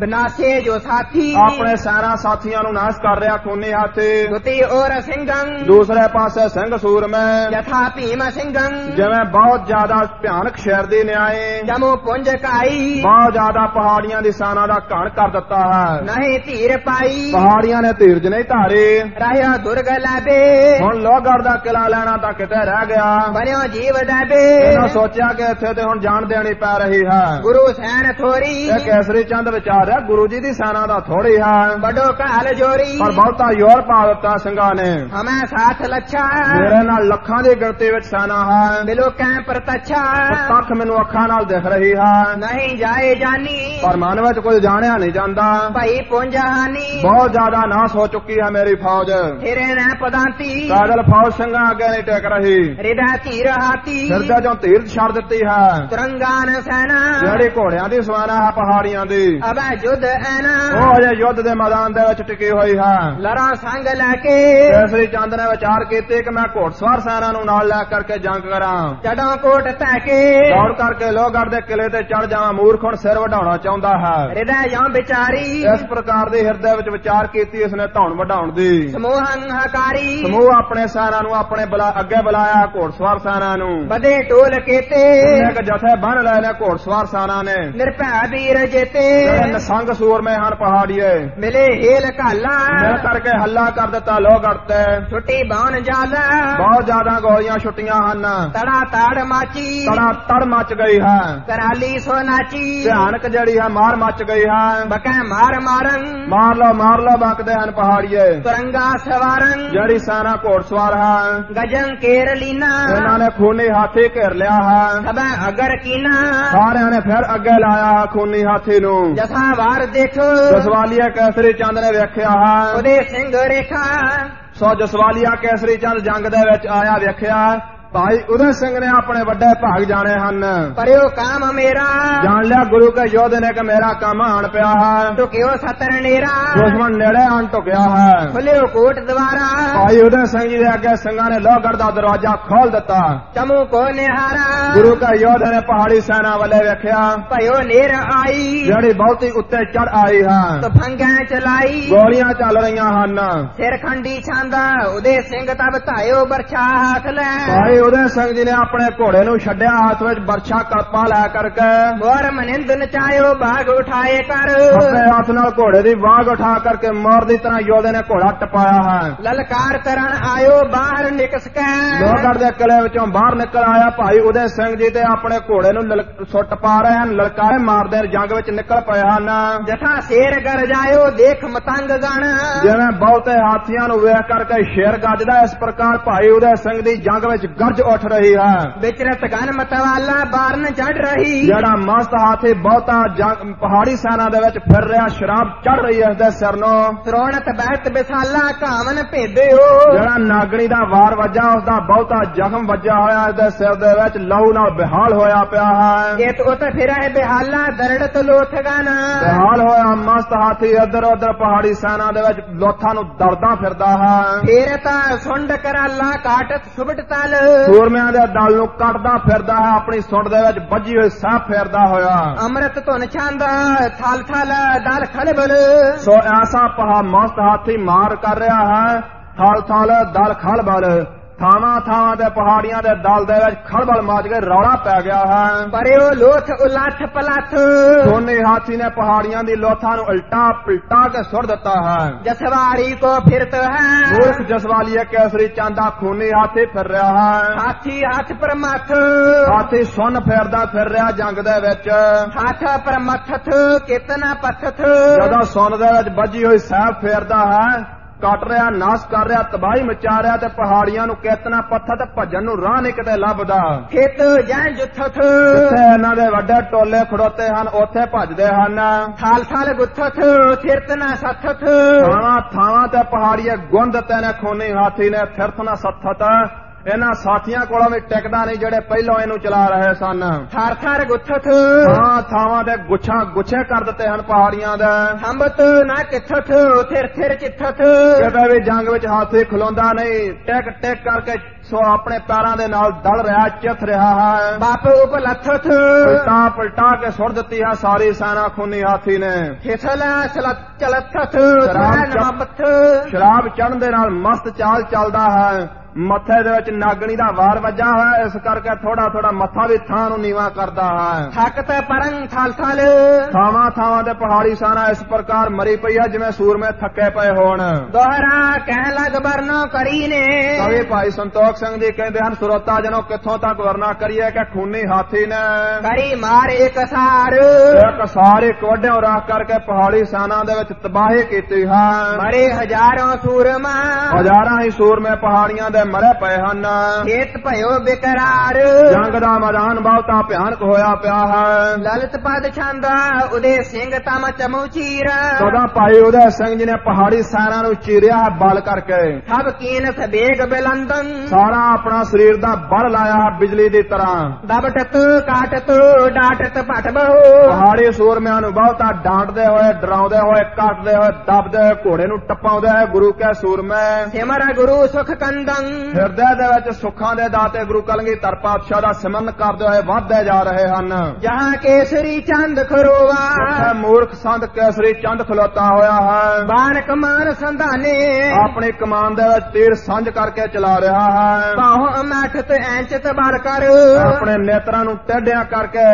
[SPEAKER 1] ਬਨਾਸੇ ਜੋ ਸਾਥੀ
[SPEAKER 2] ਆਪਣੇ ਸਾਰਾ ਸਾਥੀਆਂ ਨੂੰ ਨਾਸ਼ ਕਰ ਰਿਹਾ ਖੂਨੀ ਹਾਥੀ
[SPEAKER 1] ਦੁਤੀ ਔਰ ਸਿੰਘੰ
[SPEAKER 2] ਦੂਸਰੇ ਪਾਸੇ ਸਿੰਘ ਸੂਰਮੇ
[SPEAKER 1] ਯਥਾ ਭੀਮ ਸਿੰਘੰ
[SPEAKER 2] ਜਿਵੇਂ ਬਹੁਤ ਜ਼ਿਆਦਾ ਭਿਆਨਕ ਸ਼ੇਰ ਦੀ ਨਿਆਏ
[SPEAKER 1] ਜਮੋ ਪੁੰਜ ਕਾਈ
[SPEAKER 2] ਬਹੁਤ ਜ਼ਿਆਦਾ ਪਹਾੜੀਆਂ ਦੀ ਸੈਨਾ ਦਾ ਘਣ ਕਰ ਦਿੱਤਾ ਹੈ
[SPEAKER 1] ਨਹੀਂ ਧੀਰ ਪਾਈ
[SPEAKER 2] ਪਹਾੜੀਆਂ ਨੇ ਧੀਰਜ ਨਹੀਂ ਧਾਰੇ
[SPEAKER 1] ਰਹਿਆ ਦੁਰਗ ਲਾਬੇ
[SPEAKER 2] ਹੁਣ ਲੋਹਗੜ੍ਹ ਦਾ ਕਿਲਾ ਲੈਣਾ ਤਾਂ ਕਿਤੇ ਰਹਿ ਗਿਆ
[SPEAKER 1] ਬਨਿਓ ਜੀਵ ਦਾਬੇ
[SPEAKER 2] ਇਹਨਾਂ ਸੋਚਿਆ ਕਿ ਇੱਥੇ ਤੇ ਹੁਣ ਜਾਨ ਦੇਣੀ ਪੈ ਰਹੀ ਹੈ
[SPEAKER 1] ਗੁਰੂ ਸੈਨ ਥੋਰੀ
[SPEAKER 2] ਇਹ ਕੇਸਰੀ ਚੰਦ ਵਿਚਾਰ ਹੈ ਗੁਰੂ ਜੀ ਦੀ ਸੈਨਾ ਦਾ ਥੋੜੀ ਹੈ
[SPEAKER 1] ਵੱਡੋ ਕਾਲ ਜੋਰੀ
[SPEAKER 2] ਪਰ ਬਹੁਤਾ ਯੋਰ ਪਾ ਦਿੱਤਾ ਸਿੰਘਾਂ ਨੇ
[SPEAKER 1] ਹਮੈ ਸਾਥ ਲੱਛਾ
[SPEAKER 2] ਮੇਰੇ ਨਾਲ ਲੱਖਾਂ ਦੀ ਗਿਣਤੀ ਵਿੱਚ ਸੈਨਾ ਹੈ
[SPEAKER 1] ਬਿਲੋ ਕੈ ਪ੍ਰਤੱਛਾ
[SPEAKER 2] ਤੱਕ ਮੈਨੂੰ ਅੱਖਾਂ ਨਾਲ ਦਿਖ ਰਹੀ ਹੈ
[SPEAKER 1] ਨਹੀਂ ਜਾਏ ਜਾਨੀ
[SPEAKER 2] ਪਰ ਮਨ ਵਿੱਚ ਕੁਝ ਜਾਣਿਆ ਨਹੀਂ ਜਾਂਦਾ
[SPEAKER 1] ਭਈ ਪੁੰਜ ਹਾਨੀ
[SPEAKER 2] ਬਹੁਤ ਜ਼ਿਆਦਾ ਨਾਸ ਹੋ ਚੁੱਕੀ ਹੈ ਮੇਰੀ ਫੌਜ
[SPEAKER 1] ਤੇਰੇ ਨਾ ਪਦਾਂਤੀ
[SPEAKER 2] ਕਾਦਲ ਫੌਜ ਸਿੰਘਾਂ ਅੱਗੇ ਨਹੀਂ ਟਿਕ ਰਹੀ
[SPEAKER 1] ਰਿਦਾ ਧੀਰ ਹਾਤੀ
[SPEAKER 2] ਸਿਰਦਾ ਚੋਂ ਤੀਰ ਛੱਡ ਦਿੱਤੀ ਹੈ
[SPEAKER 1] ਤਰੰਗਾਨ ਸੈਨਾ
[SPEAKER 2] ਜਿਹੜੇ ਘੋੜਿਆਂ ਦੀ ਸਵਾਰਾ ਹੈ ਪਹਾੜੀਆਂ ਦੀ
[SPEAKER 1] ਅਬੈ ਜੁਦ ਐਨਾ
[SPEAKER 2] ਉਹ ਅਜੇ ਯੁੱਧ ਦੇ ਮੈਦਾਨ ਦੇ ਵਿੱਚ ਟਿਕੀ ਹੋਈ ਹੈ
[SPEAKER 1] ਲੜਾ ਸੰਗ ਲੈ ਕੇ
[SPEAKER 2] ਕੇਸਰੀ ਚੰਦ ਨੇ ਵਿਚਾਰ ਕੀਤੇ ਕਿ ਮੈਂ ਘੋੜਸਵਾਰ ਸੈਨਾ ਨੂੰ ਨਾਲ ਲੈ ਕਰਕੇ ਜੰਗ ਕਰਾਂ
[SPEAKER 1] ਚੜਾਂ ਕੋਟ ਤੈ ਕੇ
[SPEAKER 2] ਦੌੜ ਕਰਕੇ ਲੋਹਗੜ੍ਹ ਦੇ ਕਿਲੇ ਤੇ ਚੜ ਜਾਵਾਂ ਮੂਰਖ ਹੁਣ ਸਿਰ ਵਢਾਉਣਾ ਚਾਹੁੰਦਾ ਹੈ
[SPEAKER 1] ਰਿਦਾ ਯਾਂ ਵਿਚਾਰੀ
[SPEAKER 2] ਇਸ ਪ੍ਰਕਾਰ ਦੇ ਹਿਰਦੇ ਵਿੱਚ ਵਿਚਾਰ ਕੀਤੀ ਉਸਨੇ ਧੌਣ ਵਢਾਉਣ ਦੀ
[SPEAKER 1] ਸਮੋਹੰ ਹਕਾਰੀ
[SPEAKER 2] ਸਮੂਹ ਆਪਣੇ ਸੈਨਾ ਨੂੰ ਆਪਣੇ ਬੁਲਾ ਅੱਗੇ ਬੁਲਾਇਆ ਘੋੜਸਵਾਰ ਸੈਨਾ ਨੂੰ
[SPEAKER 1] ਬਦੇ ਟੋਲ ਕੇਤੇ
[SPEAKER 2] ਇੱਕ ਜਥੇ ਬੰਨ ਲੈ ਨੇ ਘੋੜਸਵਾਰ ਸੈਨਾ ਨੇ
[SPEAKER 1] ਨਿਰਭੈ ਵੀਰ ਜੇਤੇ
[SPEAKER 2] ਜਿਹੜੇ ਨਸੰਗ ਸੂਰਮੇ ਹਨ ਪਹਾੜੀਏ
[SPEAKER 1] ਮਿਲੇ ਹੇਲ ਘਾਲਾ
[SPEAKER 2] ਮਿਲ ਕਰਕੇ ਹੱਲਾ ਕਰ ਦਿੱਤਾ ਲੋਹਗੜ੍ਹ ਤੇ
[SPEAKER 1] ਛੁੱਟੀ ਬਾਣ ਜਾਲਾ
[SPEAKER 2] ਬਹੁਤ ਜ਼ਿਆਦਾ ਗੋਲੀਆਂ ਛੁੱਟੀਆਂ ਹਨ
[SPEAKER 1] ਤੜਾ ਤਾੜ ਮਾਚੀ
[SPEAKER 2] ਤੜਾ ਤੜ ਮਚ ਗਈ ਹੈ
[SPEAKER 1] ਕਰਾਲੀ ਸੋ ਨਾਚੀ
[SPEAKER 2] ਭਿਆਨਕ ਜਿਹੜੀ ਹੈ ਮਾਰ ਮੱਚ ਗਈ ਹੈ
[SPEAKER 1] ਬਕੈ ਮਾਰ ਮਾਰੰ
[SPEAKER 2] ਮਾਰ ਲਓ ਮਾਰ ਲਓ ਬਕਦੇ ਹਨ ਪਹਾੜੀਏ
[SPEAKER 1] ਤੁਰੰਗਾ ਸਵਾਰੰ
[SPEAKER 2] ਜਿਹੜੀ ਸਾਰਾ ਘੋੜਸਵਾਰ ਹੈ
[SPEAKER 1] ਗਜੰ ਕੇਰ ਲੀਨਾ
[SPEAKER 2] ਇਹਨਾਂ ਨੇ ਖੂਨੀ ਹਾਥੀ ਘੇਰ ਲਿਆ ਹੈ
[SPEAKER 1] ਸਭੈ ਅਗਰ ਕੀਨਾ
[SPEAKER 2] ਸਾਰਿਆਂ ਨੇ ਫਿਰ ਅੱਗੇ ਲਾਇਆ ਹੈ ਖੂਨੀ ਹਾਥੀ ਨੂੰ
[SPEAKER 1] ਜਥਾ ਵਾਰ ਦੇਖ
[SPEAKER 2] ਜਸਵਾਲੀਆ ਕੈਸਰੀ ਚੰਦ ਨੇ ਵੇਖਿਆ ਹੈ
[SPEAKER 1] ਉਹਦੇ ਸਿੰਘ ਰੇਖਾ
[SPEAKER 2] ਸੋ ਜਸਵਾਲੀਆ ਕੈਸਰੀ ਚੰਦ ਜੰਗ ਦੇ ਵਿੱਚ ਆਇਆ ਵੇਖਿਆ ਭਾਈ ਉਦੈ ਸਿੰਘ ਨੇ ਆਪਣੇ ਵੱਡੇ ਭਾਗ ਜਾਣੇ ਹਨ
[SPEAKER 1] ਪਰਿਓ ਕਾਮ ਮੇਰਾ
[SPEAKER 2] ਜਾਣ ਲਿਆ ਗੁਰੂ ਕੇ ਯੋਧ ਨੇ ਕਿ ਮੇਰਾ ਕੰਮ ਆਣ ਪਿਆ ਹੈ
[SPEAKER 1] ਟੁਕਿਓ ਸਤਰ ਨੇਰਾ
[SPEAKER 2] ਦੁਸ਼ਮਣ ਨੇੜੇ ਆਣ ਟੁਕਿਆ ਹੈ
[SPEAKER 1] ਖੁੱਲਿਓ ਕੋਟ ਦਵਾਰਾ
[SPEAKER 2] ਭਾਈ ਉਦੈ ਸਿੰਘ ਜੀ ਦੇ ਅੱਗੇ ਸਿੰਘਾਂ ਨੇ ਲੋਹਗੜ੍ਹ ਦਾ ਦਰਵਾਜ਼ਾ ਖੋਲ ਦਿੱਤਾ
[SPEAKER 1] ਚਮੂ ਕੋ ਨਿਹਾਰਾ
[SPEAKER 2] ਗੁਰੂ ਕਾ ਯੋਧਾ ਨੇ ਪਹਾੜੀ ਸੈਨਾ ਵੱਲੇ ਵੇਖਿਆ
[SPEAKER 1] ਭਇਓ ਨੇਰ ਆਈ
[SPEAKER 2] ਜਿਹੜੀ ਬਹੁਤੀ ਉੱਤੇ ਚੜ ਆਈ ਹਾਂ
[SPEAKER 1] ਤਫੰਗਾਂ ਚਲਾਈ
[SPEAKER 2] ਗੋਲੀਆਂ ਚੱਲ ਰਹੀਆਂ ਹਨ
[SPEAKER 1] ਸਿਰ ਖੰਡੀ ਛਾਂਦਾ ਉਹਦੇ ਸਿੰਘ ਤਬ ਧਾਇਓ ਬਰਛਾ ਹੱਥ ਲੈ
[SPEAKER 2] ਭਾਈ ਭਾਈ ਉਦੈ ਸਿੰਘ ਜੀ ਨੇ ਆਪਣੇ ਘੋੜੇ ਨੂੰ ਛੱਡਿਆ ਹੱਥ ਵਿੱਚ ਬਰਛਾ ਕਲਪਾ ਲੈ ਕਰਕੇ
[SPEAKER 1] ਮੋਰ ਮਨਿੰਦ ਨਚਾਇਓ ਬਾਗ ਉਠਾਏ ਕਰ
[SPEAKER 2] ਸੱਜੇ ਹੱਥ ਨਾਲ ਘੋੜੇ ਦੀ ਵਾਗ ਉਠਾ ਕਰਕੇ ਮੋਰ ਦੀ ਤਰ੍ਹਾਂ ਯੋਧੇ ਨੇ ਘੋੜਾ ਟਪਾਇਆ ਹੈ
[SPEAKER 1] ਲਲਕਾਰ ਕਰਨ ਆਇਓ ਬਾਹਰ ਨਿਕਸ ਕੈ
[SPEAKER 2] ਲੋਹਗੜ ਦੇ ਕਿਲੇ ਵਿੱਚੋਂ ਬਾਹਰ ਨਿਕਲ ਆਇਆ ਭਾਈ ਉਦੈ ਸਿੰਘ ਜੀ ਤੇ ਆਪਣੇ ਘੋੜੇ ਨੂੰ ਲਲਕ- ਸੁੱਟ ਪਾ ਰਹੇ ਹਨ ਲਲਕਾਰੇ ਮਾਰਦੇ ਜੰਗ ਵਿੱਚ ਨਿਕਲ ਪਏ ਹਨ
[SPEAKER 1] ਜਥਾ ਸ਼ੇਰ ਗਰ ਜਾਇਓ ਦੇਖ ਮਤੰਗ ਗਣ
[SPEAKER 2] ਜਿਵੇਂ ਬਹੁਤੇ ਹਾਥੀਆਂ ਨੂੰ ਵੇਖ ਕਰਕੇ ਸ਼ੇਰ ਗੱਜਦਾ ਇਸ ਪ੍ਰਕਾਰ ਭਾਈ ਉਦੈ ਸਿੰਘ ਦੀ ਜੰਗ ਵਿੱਚ ਗਰਜ ਉੱਠ ਰਹੀ ਹੈ
[SPEAKER 1] ਵਿਚਰਤ ਗਨ ਮਤਵਾਲਾ ਬਾਰਨ ਚੜ ਰਹੀ
[SPEAKER 2] ਜਿਹੜਾ ਮਸਤ ਹਾਥੀ ਬਹੁਤਾ ਜੰਗ- ਪਹਾੜੀ ਸੈਨਾ ਦੇ ਵਿੱਚ ਫਿਰ ਰਿਹਾ ਸ਼ਰਾਬ ਚੜ ਰਹੀ ਹੈ ਇਸ ਦੇ ਸਿਰ ਨੂੰ
[SPEAKER 1] ਸਰੋਣਤ ਬਹਿਤ ਬਿਸਾਲਾ ਕਾਮਨ ਭੇਦਿਓ
[SPEAKER 2] ਜਿਹੜਾ ਨਾਗਣੀ ਦਾ ਵਾਰ ਵੱਜਾ ਉਸ ਦਾ ਬਹੁਤਾ ਜ਼ਖਮ ਵੱਜਾ ਹੋਇਆ ਇਸ ਦੇ ਸਿਰ ਦੇ ਵਿੱਚ ਲਹੂ ਨਾਲ ਬਿਹਾਲ ਹੋਇਆ ਪਿਆ ਹੈ
[SPEAKER 1] ਜੇਤ ਉਤ ਫਿਰਹਿ ਬਿਹਾਲਾ ਦਰੜਤ ਲੋਥ ਗਨ
[SPEAKER 2] ਬਿਹਾਲ ਹੋਇਆ ਮਸਤ ਹਾਥੀ ਇੱਧਰ ਉੱਧਰ ਪਹਾੜੀ ਸੈਨਾ ਦੇ ਵਿੱਚ ਲੋਥਾਂ ਨੂੰ ਦਰਦਾ ਫਿਰਦਾ ਹੈ
[SPEAKER 1] ਫੇਰਤਾ ਸੁੰਡ ਕਰਾਲਾ ਕਾਟਤ ਸੁਬਟ ਤਲ
[SPEAKER 2] ਸੂਰਮਿਆਂ ਦੇ ਦਲ ਨੂੰ ਕੱਟਦਾ ਫਿਰਦਾ ਹੈ ਆਪਣੀ ਸੁੰਡ ਦੇ ਵਿੱਚ ਵੱਜੀ ਹੋਈ ਸਾਹ ਫੇਰਦਾ ਹੋਇਆ
[SPEAKER 1] ਅੰਮ੍ਰਿਤ ਧੁਨ ਛੰਦ ਥਲ ਥਲ ਦਲ ਖਲਬਲ
[SPEAKER 2] ਸੋ ਐਸਾ ਪਹਾ ਮਸਤ ਹਾਥੀ ਮਾਰ ਕਰ ਰਿਹਾ ਹੈ ਥਲ ਥਲ ਦਲ ਖਲਬਲ ਥਾਵਾਂ ਥਾਵਾਂ ਤੇ ਪਹਾੜੀਆਂ ਦੇ ਦਲ ਦੇ ਵਿੱਚ ਖਲਬਲ ਮਾਚ ਕੇ ਰੌਲਾ ਪੈ ਗਿਆ ਹੈ
[SPEAKER 1] ਪਰਿਓ ਲੋਥ ਉਲਾਥ ਪਲਾਥ
[SPEAKER 2] ਦੋਨੇ ਹਾਥੀ ਨੇ ਪਹਾੜੀਆਂ ਦੀ ਲੋਥਾਂ ਨੂੰ ਉਲਟਾ ਪਲਟਾ ਕੇ ਸੁੱਟ ਦਿੱਤਾ ਹੈ
[SPEAKER 1] ਜਸਵਾੜੀ ਕੋ ਫਿਰਤ ਹੈ
[SPEAKER 2] ਮੂਰਖ ਜਸਵਾਲੀਆ ਕੈਸਰੀ ਚਾਂਦਾ ਖੂਨੀ ਹਾਥੀ ਫਿਰ ਰਿਹਾ ਹੈ
[SPEAKER 1] ਹਾਥੀ ਹੱਥ ਪਰਮੱਥ
[SPEAKER 2] ਹਾਥੀ ਸੁੰਨ ਫੇਰਦਾ ਫਿਰ ਰਿਹਾ ਜੰਗ ਦੇ ਵਿੱਚ
[SPEAKER 1] ਹੱਥ ਪਰਮੱਥਥ ਕਿਤਨਾ ਪਥਥ
[SPEAKER 2] ਜਦੋਂ ਸੁੰਨ ਦੇ ਵਿੱਚ ਵੱਜੀ ਹੋਈ ਸਹਿ ਫੇਰਦਾ ਹੈ ਕੱਟ ਰਿਹਾ ਨਾਸ ਕਰ ਰਿਹਾ ਤਬਾਹੀ ਮਚਾ ਰਿਹਾ ਤੇ ਪਹਾੜੀਆਂ ਨੂੰ ਕੇਤਨਾ ਪੱਥਰ ਤੇ ਭੱਜਣ ਨੂੰ ਰਾਹ ਨਹੀਂ ਕਿਤੇ ਲੱਭਦਾ
[SPEAKER 1] ਖੇਤ ਜੈ ਜੁਥਥ
[SPEAKER 2] ਜਿੱਥੇ ਇਹਨਾਂ ਦੇ ਵੱਡੇ ਟੋਲੇ ਖੜੋਤੇ ਹਨ ਉੱਥੇ ਭੱਜਦੇ ਹਨ
[SPEAKER 1] ਥਾਲ ਥਾਲ ਗੁੱਥਥ ਥਿਰਤਨਾ ਸੱਥਥ
[SPEAKER 2] ਥਾਵਾਂ ਥਾਵਾਂ ਤੇ ਪਹਾੜੀਏ ਗੁੰਦ ਤੇ ਨੇ ਖੂਨੀ ਹਾਥੀ ਨੇ ਫਿਰਤ ਨਾ ਸੱਥਤ ਇਹਨਾਂ ਸਾਥੀਆਂ ਕੋਲੋਂ ਵੀ ਟਿਕਦਾ ਨਹੀਂ ਜਿਹੜੇ ਪਹਿਲਾਂ ਇਹਨੂੰ ਚਲਾ ਰਹੇ ਸਨ
[SPEAKER 1] ਥਾਰ ਥਾਰ ਗੁੱਥਥ
[SPEAKER 2] ਥਾਂ ਥਾਵਾਂ ਤੇ ਗੁੱਛਾਂ ਗੁੱਛੇ ਕਰ ਦਿੱਤੇ ਹਨ ਪਹਾੜੀਆਂ ਦੇ
[SPEAKER 1] ਹੰਬਤ ਨਾ ਕਿਥਥ ਥਿਰ ਥਿਰ ਚਿੱਥਥ
[SPEAKER 2] ਕਿਤੇ ਵੀ ਜੰਗ ਵਿੱਚ ਹਾਥੀ ਖਲੋਂਦਾ ਨਹੀਂ ਟਿਕ ਟਿਕ ਕਰਕੇ ਸੋ ਆਪਣੇ ਪੈਰਾਂ ਦੇ ਨਾਲ ਦਲ ਰਿਹਾ ਚਿੱਥ ਰਿਹਾ ਹੈ
[SPEAKER 1] ਬਾਪ ਉਪਲਥਥ
[SPEAKER 2] ਪਲਟਾ ਪਲਟਾ ਕੇ ਸੁੱਟ ਦਿੱਤੀ ਹੈ ਸਾਰੀ ਸੈਨਾ ਖੂਨੀ ਹਾਥੀ ਨੇ
[SPEAKER 1] ਫਿਸਲ ਸਲਤ ਚਲਥਥ
[SPEAKER 2] ਸ਼ਰਾਬ
[SPEAKER 1] ਸਰਨ
[SPEAKER 2] ਚ-
[SPEAKER 1] ਮਬਥ
[SPEAKER 2] ਸ਼ਰਾਬ ਚੜਨ ਦੇ ਨਾਲ ਮਸਤ ਚਾਲ ਚੱਲਦਾ ਹੈ ਮੱਥੇ ਦੇ ਵਿੱਚ ਨਾਗਣੀ ਦਾ ਵਾਰ ਵੱਜਾ ਹੋਇਆ ਇਸ ਕਰਕੇ ਥੋੜਾ ਥੋੜਾ ਮੱਥਾ ਵੀ ਥਾਂ ਨੂੰ ਨੀਵਾ ਕਰਦਾ ਹੈ
[SPEAKER 1] ਥਾਕਤ ਪਰੰ ਥਲ ਥਲ
[SPEAKER 2] ਥਾਵਾਂ ਥਾਵਾਂ ਤੇ ਪਹਾੜੀ ਸੈਨਾ ਇਸ ਪ੍ਰਕਾਰ ਮਰੀ ਪਈ ਹੈ ਜਿਵੇਂ ਸੂਰਮੇ ਥੱਕੇ ਪਏ ਹੋਣ
[SPEAKER 1] ਦੋਹਰਾ ਕਹਿ ਲਗ ਬਰਨੋ ਕਰੀਨੇ
[SPEAKER 2] ਕਵੀ ਭਾਈ ਸੰਤੋਖ ਸਿੰਘ ਜੀ ਕਹਿੰਦੇ ਹਨ ਸਰੋਤਾ ਜਨੋ ਕਿੱਥੋਂ ਤੱਕ ਵਰਨਾ ਕਰੀਏ ਕਿ ਖੂਨੀ ਹਾਥੀ ਨੇ
[SPEAKER 1] ਕਰੀ ਮਾਰ ਇਕਸਾਰ
[SPEAKER 2] ਇੱਕ ਸਾਰੇ ਕੋਡਿਆਂ ਰਾਖ ਕਰਕੇ ਪਹਾੜੀ ਸੈਨਾ ਦੇ ਵਿੱਚ ਤਬਾਹੀ ਕੀਤੀ ਹੈ
[SPEAKER 1] ਮਰੇ ਹਜ਼ਾਰਾਂ ਸੂਰਮਾ
[SPEAKER 2] ਹਜ਼ਾਰਾਂ ਹੀ ਸੂਰਮੇ ਪਹਾੜੀਆਂ ਦੇ ਮਰੇ ਪਏ ਹਨ
[SPEAKER 1] ਖੇਤ ਭਇਓ ਬੇਕਰਾਰ
[SPEAKER 2] ਜੰਗ ਦਾ ਮੈਦਾਨ ਬਹੁਤਾ ਭਿਆਨਕ ਹੋਇਆ ਪਿਆ ਹੈ
[SPEAKER 1] ਲਲਿਤ ਪਦ ਛੰਦਾ ਉਦੇ ਸਿੰਘ ਤਮ ਚਮੂਚੀਰ
[SPEAKER 2] ਸਦਾ ਭਾਈ ਉਦੈ ਸਿੰਘ ਜੀ ਨੇ ਪਹਾੜੀ ਸੈਨਾ ਨੂੰ ਚੀਰਿਆ ਹੈ ਬਲ ਕਰਕੇ
[SPEAKER 1] ਸਭ ਕੀਨ ਸਬੇਗ ਬਲੰਦੰ
[SPEAKER 2] ਸਾਰਾ ਆਪਣਾ ਸਰੀਰ ਦਾ ਬਲ ਲਾਇਆ ਹੈ ਬਿਜਲੀ ਦੀ ਤਰ੍ਹਾਂ
[SPEAKER 1] ਦਬਟਤ ਕਾਟਤ ਡਾਟਤ ਭਟ ਬਹੁ
[SPEAKER 2] ਪਹਾੜੀ ਸੂਰਮਿਆਂ ਨੂੰ ਬਹੁਤਾ ਡਾਂਟਦੇ ਹੋਏ ਡਰਾਉਂਦੇ ਹੋਏ ਕੱਟਦੇ ਹੋਏ ਦੱਬਦੇ ਹੋਏ ਘੋੜੇ ਨੂੰ ਟਪਾਉਂਦੇ ਹੋਏ ਗੁਰੂ ਕੈ ਸੂਰਮੈ
[SPEAKER 1] ਸਿਮਰ ਗੁਰੂ ਸੁਖ ਕੰਦੰ
[SPEAKER 2] ਹਿਰਦੇ ਦੇ ਵਿੱਚ ਸੁੱਖਾਂ ਦੇ ਦਾਤੇ ਗੁਰੂ ਕਲਗੀਧਰ ਪਾਤਸ਼ਾਹ ਦਾ ਸਿਮਰਨ ਕਰਦੇ ਹੋਏ ਵੱਧਦੇ ਜਾ ਰਹੇ ਹਨ
[SPEAKER 1] ਜਹਾਂ ਕੇਸਰੀ ਚੰਦ ਖਰੋਵਾ
[SPEAKER 2] ਉੱਥੇ ਮੂਰਖ ਸੰਤ ਕੈਸਰੀ ਚੰਦ ਖਲੋਤਾ ਹੋਇਆ ਹੈ
[SPEAKER 1] ਬਾਣ ਕਮਾਨ ਸੰਧਾਨੇ
[SPEAKER 2] ਆਪਣੀ ਕਮਾਨ ਦੇ ਵਿੱਚ ਤੀਰ ਸਾਂਝ ਕਰਕੇ ਚਲਾ ਰਿਹਾ ਹੈ
[SPEAKER 1] ਬਾਹੋਂ ਅਮਠਤ ਐਂਚਤ ਬਾਰ ਕਰ
[SPEAKER 2] ਆਪਣੇ ਨੇਤਰਾਂ ਨੂੰ ਟੇਢਿਆਂ ਕਰਕੇ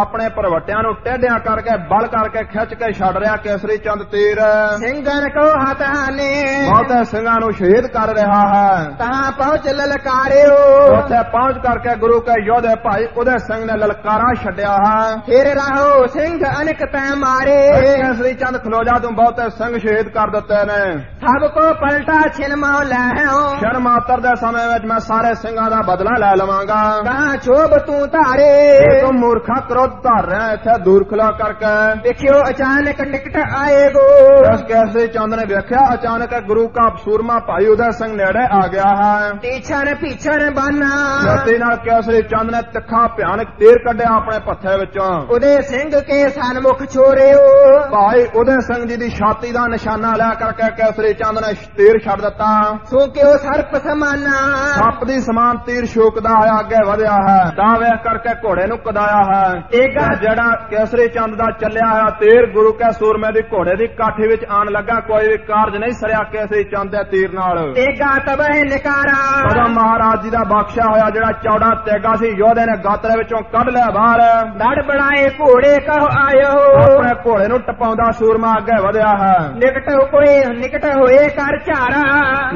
[SPEAKER 2] ਆਪਣੇ ਪਰਵਟਿਆਂ ਨੂੰ ਟੇਢਿਆਂ ਕਰਕੇ ਬਲ ਕਰਕੇ ਖਿੱਚ ਕੇ ਛੱਡ ਰਿਹਾ ਕੇਸਰੀ ਚੰਦ ਤੀਰ
[SPEAKER 1] ਸਿੰਘਨ ਕੋ ਹਤ ਹਾਨੇ
[SPEAKER 2] ਬਹੁਤੇ ਸਿੰਘਾਂ ਨੂੰ ਸ਼ਹੀਦ ਕਰ ਰਿਹਾ ਹੈ
[SPEAKER 1] ਤਹਾਂ ਪਹੁੰਚ ਲਲਕਾਰਿਓ
[SPEAKER 2] ਉੱਥੇ ਪਹੁੰਚ ਕਰਕੇ ਗੁਰੂ ਕੇ ਯੋਧੇ ਭਾਈ ਉਦੇ ਸਿੰਘ ਨੇ ਲਲਕਾਰਾ ਛੱਡਿਆ ਹੈ
[SPEAKER 1] ਫਿਰ ਰਹੋ ਸਿੰਘ ਅਨਕ ਤੈ ਮਾਰੇ
[SPEAKER 2] ਕੇਸਰੀ ਚੰਦ ਖਲੋਜਾ ਤੋਂ ਬਹੁਤੇ ਸਿੰਘ ਸ਼ਹੀਦ ਕਰ ਦਿੱਤੇ ਨੇ
[SPEAKER 1] ਸਭ ਕੋ ਪਲਟਾ ਛਿਨ ਮੋ ਲਹਿਓ
[SPEAKER 2] ਸ਼ਰਮਾਤਰ ਦੇ ਸਮੇਂ ਵਿੱਚ ਮੈਂ ਸਾਰੇ ਸਿੰਘਾਂ ਦਾ ਬਦਲਾ ਲੈ ਲਵਾਂਗਾ
[SPEAKER 1] ਕਹਾਂ ਛੋਬ ਤੂੰ ਧਾਰੇ
[SPEAKER 2] ਇਹ ਤੂੰ ਮੂਰਖਾ ਕ੍ਰੋਧ ਧਾਰ ਰਿਹਾ ਇੱਥੇ ਦੂਰ ਖਲੋ ਕਰਕੇ
[SPEAKER 1] ਦੇਖਿਓ ਅਚਾਨਕ ਨਿਕਟ ਆਏਗੋ
[SPEAKER 2] ਉਸ ਕੈਸੇ ਚੰਦ ਨੇ ਵੇਖਿਆ ਅਚਾਨਕ ਗੁਰੂ ਕਾ ਸੂਰਮਾ ਭਾਈ ਉਦੈ ਸਿੰਘ ਨੇੜੇ ਆ ਗਿਆ ਹੈ
[SPEAKER 1] ਤੀਛਣ ਪੀਛਣ ਬਾਨਾ
[SPEAKER 2] ਜੱਤੀ ਨਾਲ ਕੈਸਰੀ ਚੰਦ ਨੇ ਤਿੱਖਾ ਭਿਆਨਕ ਤੀਰ ਕੱਢਿਆ ਆਪਣੇ ਪੱਥੇ ਵਿੱਚੋਂ
[SPEAKER 1] ਉਹਦੇ ਸਿੰਘ ਕੇ ਸਨਮੁਖ ਛੋਰਿਓ
[SPEAKER 2] ਭਾਈ ਉਦੈ ਸਿੰਘ ਜੀ ਦੀ ਛਾਤੀ ਦਾ ਨਿਸ਼ਾਨਾ ਲੈ ਕਰਕੇ ਕੈਸਰੀ ਚੰਦ ਨੇ ਤੀਰ ਛੱਡ ਦਿੱਤਾ
[SPEAKER 1] ਸੋ ਕਿਉ ਸਰਪ ਸਮਾਨਾ
[SPEAKER 2] ਸੱਪ ਦੀ ਸਮਾਨ ਤੀਰ ਸ਼ੋਕਦਾ ਹੋਇਆ ਅੱਗੇ ਵਧਿਆ ਹੈ ਤਾਂ ਵੇਖ ਕਰਕੇ ਘੋੜੇ ਨੂੰ ਕਦਾਇਆ ਹੈ
[SPEAKER 1] ਤੇਗਾ
[SPEAKER 2] ਜਿਹੜਾ ਕੇਸਰੀ ਚੰਦ ਦਾ ਚੱਲਿਆ ਹੋਇਆ ਤੀਰ ਗੁਰੂ ਕੈ ਸੂਰਮੇ ਦੀ ਘੋੜੇ ਦੀ ਕਾਠੀ ਵਿੱਚ ਆਣ ਲੱਗਾ ਕੋਈ ਵੀ ਕਾਰਜ ਨਹੀਂ ਸਰਿਆ ਕੇਸਰੀ ਚੰਦ ਦੇ ਤੀਰ ਨਾਲ
[SPEAKER 1] ਤੇਗਾ ਤਬਹਿ
[SPEAKER 2] ਉਹਦਾ
[SPEAKER 1] ਨਿਕਾਰਾ
[SPEAKER 2] ਮਹਾਰਾਜ ਜੀ ਦਾ ਬਖਸ਼ਿਆ ਹੋਇਆ ਜਿਹੜਾ ਚੌੜਾ ਤੇਗਾ ਸੀ ਯੋਧੇ ਨੇ ਗਾਤਰੇ ਵਿੱਚੋਂ ਕੱਢ ਲਿਆ ਬਾਹਰ
[SPEAKER 1] ਦੜ ਬਣਾਏ ਘੋੜੇ ਕਹ ਆਇਓ
[SPEAKER 2] ਆਪਣੇ ਘੋੜੇ ਨੂੰ ਟਪਾਉਂਦਾ ਸੂਰਮਾ ਅੱਗੇ ਵਧਿਆ ਹੈ
[SPEAKER 1] ਨਿਕਟ ਕੋਈ ਨਿਕਟ ਹੋਏ ਕਰ ਝਾਰਾ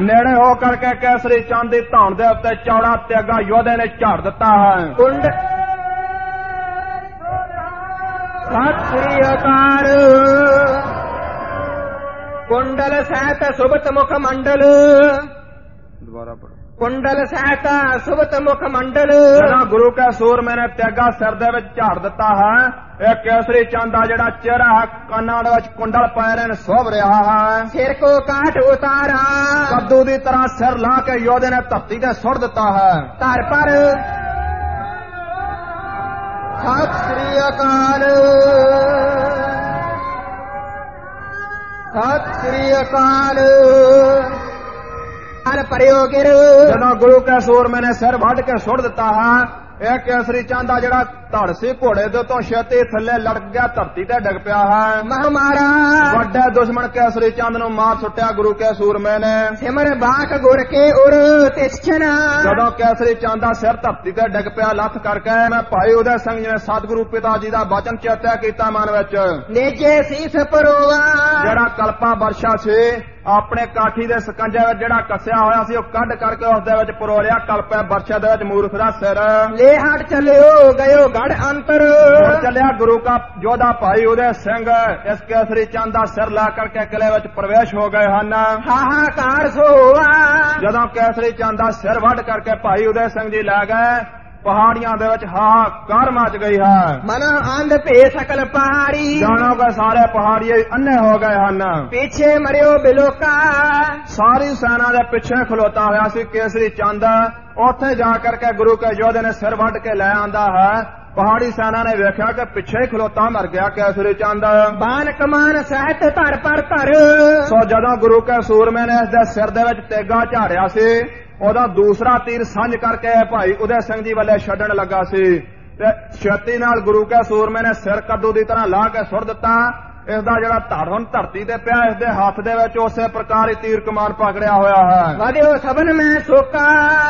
[SPEAKER 2] ਨੇੜੇ ਹੋ ਕਰਕੇ ਕੇਸਰੀ ਚੰਦ ਦੀ ਧੌਣ ਦੇ ਉੱਤੇ ਚੌੜਾ ਤੇਗਾ ਯੋਧੇ ਨੇ ਝਾੜ ਦਿੱਤਾ ਹੈ
[SPEAKER 1] ਕੁੰਡ ਸਤਿ ਸ੍ਰੀ ਅਕਾਲ ਕੁੰਡਲ ਸਹਿਤ ਸੁਭਤ ਮੁਖ ਮੰਡਲ
[SPEAKER 2] ਦੁਬਾਰਾ ਪੜੋ
[SPEAKER 1] ਕੁੰਡਲ ਸਹਿਤ ਸੁਭਤ ਮੁਖ ਮੰਡਲ
[SPEAKER 2] ਜਿਹੜਾ ਗੁਰੂ ਕਾ ਸੂਰਮੇ ਨੇ ਤੇਗਾ ਸਿਰ ਦੇ ਵਿੱਚ ਝਾੜ ਦਿੱਤਾ ਹੈ ਇਹ ਕੇਸਰੀ ਚੰਦ ਦਾ ਜਿਹੜਾ ਚਿਹਰਾ ਹੈ ਕੰਨਾਂ ਦੇ ਵਿੱਚ ਕੁੰਡਲ ਪੈ ਰਹੇ ਨੇ ਸੋਭ ਰਿਹਾ ਹੈ
[SPEAKER 1] ਸਿਰ ਕੋ ਕਾਟ ਉਤਾਰਾ
[SPEAKER 2] ਕੱਦੂ ਦੀ ਤਰ੍ਹਾਂ ਸਿਰ ਲਾ ਕੇ ਯੋਧੇ ਨੇ ਧਰਤੀ ਤੇ ਸੁੱਟ ਦਿੱਤਾ ਹੈ
[SPEAKER 1] ਧਰ ਪਰ ਸਤਿ ਸ੍ਰੀ ਅਕਾਲ ਸਤਿ ਸ੍ਰੀ ਅਕਾਲ ਅਲ ਪਰਿਓ ਗਿਰ
[SPEAKER 2] ਜਦੋਂ ਗੁਰੂ ਕਾ ਸੂਰਮੇ ਨੇ ਸਿਰ ਵੱਢ ਕੇ ਸੁੱਟ ਦਿੱਤਾ ਹੈ ਇਹ ਕੇਸਰੀ ਚੰਦ ਦਾ ਜਿਹੜਾ ਧੜ ਸੀ ਘੋੜੇ ਦੇ ਤੋਂ ਛੇਤੀ ਥੱਲੇ ਲੜਕ ਗਿਆ ਧਰਤੀ ਤੇ ਡਿੱਗ ਪਿਆ ਹੈ
[SPEAKER 1] ਮਹਾਮਾਰਾ
[SPEAKER 2] ਵੱਡਾ ਦੁਸ਼ਮਣ ਕੇਸਰੀ ਚੰਦ ਨੂੰ ਮਾਰ ਸੁੱਟਿਆ ਗੁਰੂ ਕਾ ਸੂਰਮੇ ਨੇ
[SPEAKER 1] ਸਿਮਰ ਬਾਕ ਗੁਰ ਕੇ ਉਰ ਤਿਛਨ
[SPEAKER 2] ਜਦੋਂ ਕੇਸਰੀ ਚੰਦ ਦਾ ਸਿਰ ਧਰਤੀ ਤੇ ਡਿੱਗ ਪਿਆ ਲੱਥ ਕਰਕੇ ਮੈਂ ਭਾਈ ਉਹਦੇ ਸਿੰਘ ਜੀ ਨੇ ਸਤਿਗੁਰੂ ਪਿਤਾ ਜੀ ਦਾ ਵਚਨ ਚੇਤਿਆ ਕੀਤਾ ਮਨ ਵਿੱਚ
[SPEAKER 1] ਨੇਜੇ ਸੀਸ ਪਰੋਵਾ
[SPEAKER 2] ਜਿਹੜਾ ਕਲਪਾ ਵਰਸ਼ਾ ਸੀ ਆਪਣੇ ਕਾਠੀ ਦੇ ਸਕੰਜੇ ਵਿੱਚ ਜਿਹੜਾ ਕੱਸਿਆ ਹੋਇਆ ਸੀ ਉਹ ਕੱਢ ਕਰਕੇ ਉਸ ਦੇ ਵਿੱਚ ਪਰੋਲਿਆ ਕਲਪਾ ਵਰਸ਼ਾ ਦੇ ਵਿੱਚ ਮੂਰਖ ਦਾ ਸਿਰ
[SPEAKER 1] ਲੈ ਹਟ ਚਲਿਓ ਗਇਓ ਗੜ ਅੰਤਰ
[SPEAKER 2] ਹੁਣ ਚੱਲਿਆ ਗੁਰੂ ਕਾ ਜੋਧਾ ਭਾਈ ਉਹਦੇ ਸਿੰਘ ਇਸ ਕੇਸਰੀ ਚੰਦ ਦਾ ਸਿਰ ਲਾ ਕਰਕੇ ਕਿਲੇ ਵਿੱਚ ਪ੍ਰਵੇਸ਼ ਹੋ ਗਏ ਹਨ
[SPEAKER 1] ਹਾਹਾਕਾਰ ਸੋਆ
[SPEAKER 2] ਜਦੋਂ ਕੇਸਰੀ ਚੰਦ ਦਾ ਸਿਰ ਵੱਢ ਕਰਕੇ ਭਾਈ ਉਦੈ ਸਿੰਘ ਜੀ ਲੈ ਗਏ ਪਹਾੜੀਆਂ ਦੇ ਵਿੱਚ ਹਾਹਾਕਾਰ ਮਚ ਗਈ ਹੈ
[SPEAKER 1] ਮਨ ਅੰਧ ਭੇ ਸਕਲ ਪਹਾੜੀ
[SPEAKER 2] ਜਾਣੋ ਕਿ ਸਾਰੇ ਪਹਾੜੀਏ ਅੰਨੇ ਹੋ ਗਏ ਹਨ
[SPEAKER 1] ਪਿੱਛੇ ਮਰਿਓ ਬਿਲੋਕਾ
[SPEAKER 2] ਸਾਰੀ ਸੈਨਾ ਦੇ ਪਿੱਛੇ ਖਲੋਤਾ ਹੋਇਆ ਸੀ ਕੇਸਰੀ ਚੰਦ ਉੱਥੇ ਜਾ ਕਰਕੇ ਗੁਰੂ ਕੇ ਯੋਧੇ ਨੇ ਸਿਰ ਵੱਢ ਕੇ ਲੈ ਆਂਦਾ ਹੈ ਪਹਾੜੀ ਸੈਨਾ ਨੇ ਵੇਖਿਆ ਕਿ ਪਿੱਛੇ ਹੀ ਖਲੋਤਾ ਮਰ ਗਿਆ ਕੇਸਰੀ ਚੰਦ
[SPEAKER 1] ਬਾਨ ਕਮਾਨ ਸਹਿਤ ਧਰ ਪਰ ਧਰ
[SPEAKER 2] ਸੋ ਜਦੋਂ ਗੁਰੂ ਕੇ ਸੂਰਮੇ ਨੇ ਇਸ ਦੇ ਸਿਰ ਦੇ ਵਿੱਚ ਤੇਗਾ ਝਾੜਿਆ ਸੀ ਉਹਦਾ ਦੂਸਰਾ ਤੀਰ ਸੰਜ ਕਰਕੇ ਭਾਈ ਉਦੈ ਸਿੰਘ ਜੀ ਵੱਲੇ ਛੱਡਣ ਲੱਗਾ ਸੀ ਤੇ ਛਾਤੀ ਨਾਲ ਗੁਰੂ ਕੇ ਸੂਰਮੇ ਨੇ ਸਿਰ ਕੱਦੂ ਦੀ ਤਰ੍ਹਾਂ ਲਾ ਕੇ ਸੁੱਟ ਦਿੱਤਾ ਇਸ ਦਾ ਜਿਹੜਾ ਧੜ ਹੁਣ ਧਰਤੀ ਤੇ ਪਿਆ ਇਸ ਦੇ ਹੱਥ ਦੇ ਵਿੱਚ ਉਸੇ ਪ੍ਰਕਾਰ ਹੀ ਤੀਰ ਕਮਾਨ ਪਕੜਿਆ ਹੋਇਆ ਹੈ
[SPEAKER 1] ਵਧਿਓ ਸਭਨ ਮੈਂ ਸੋਕਾ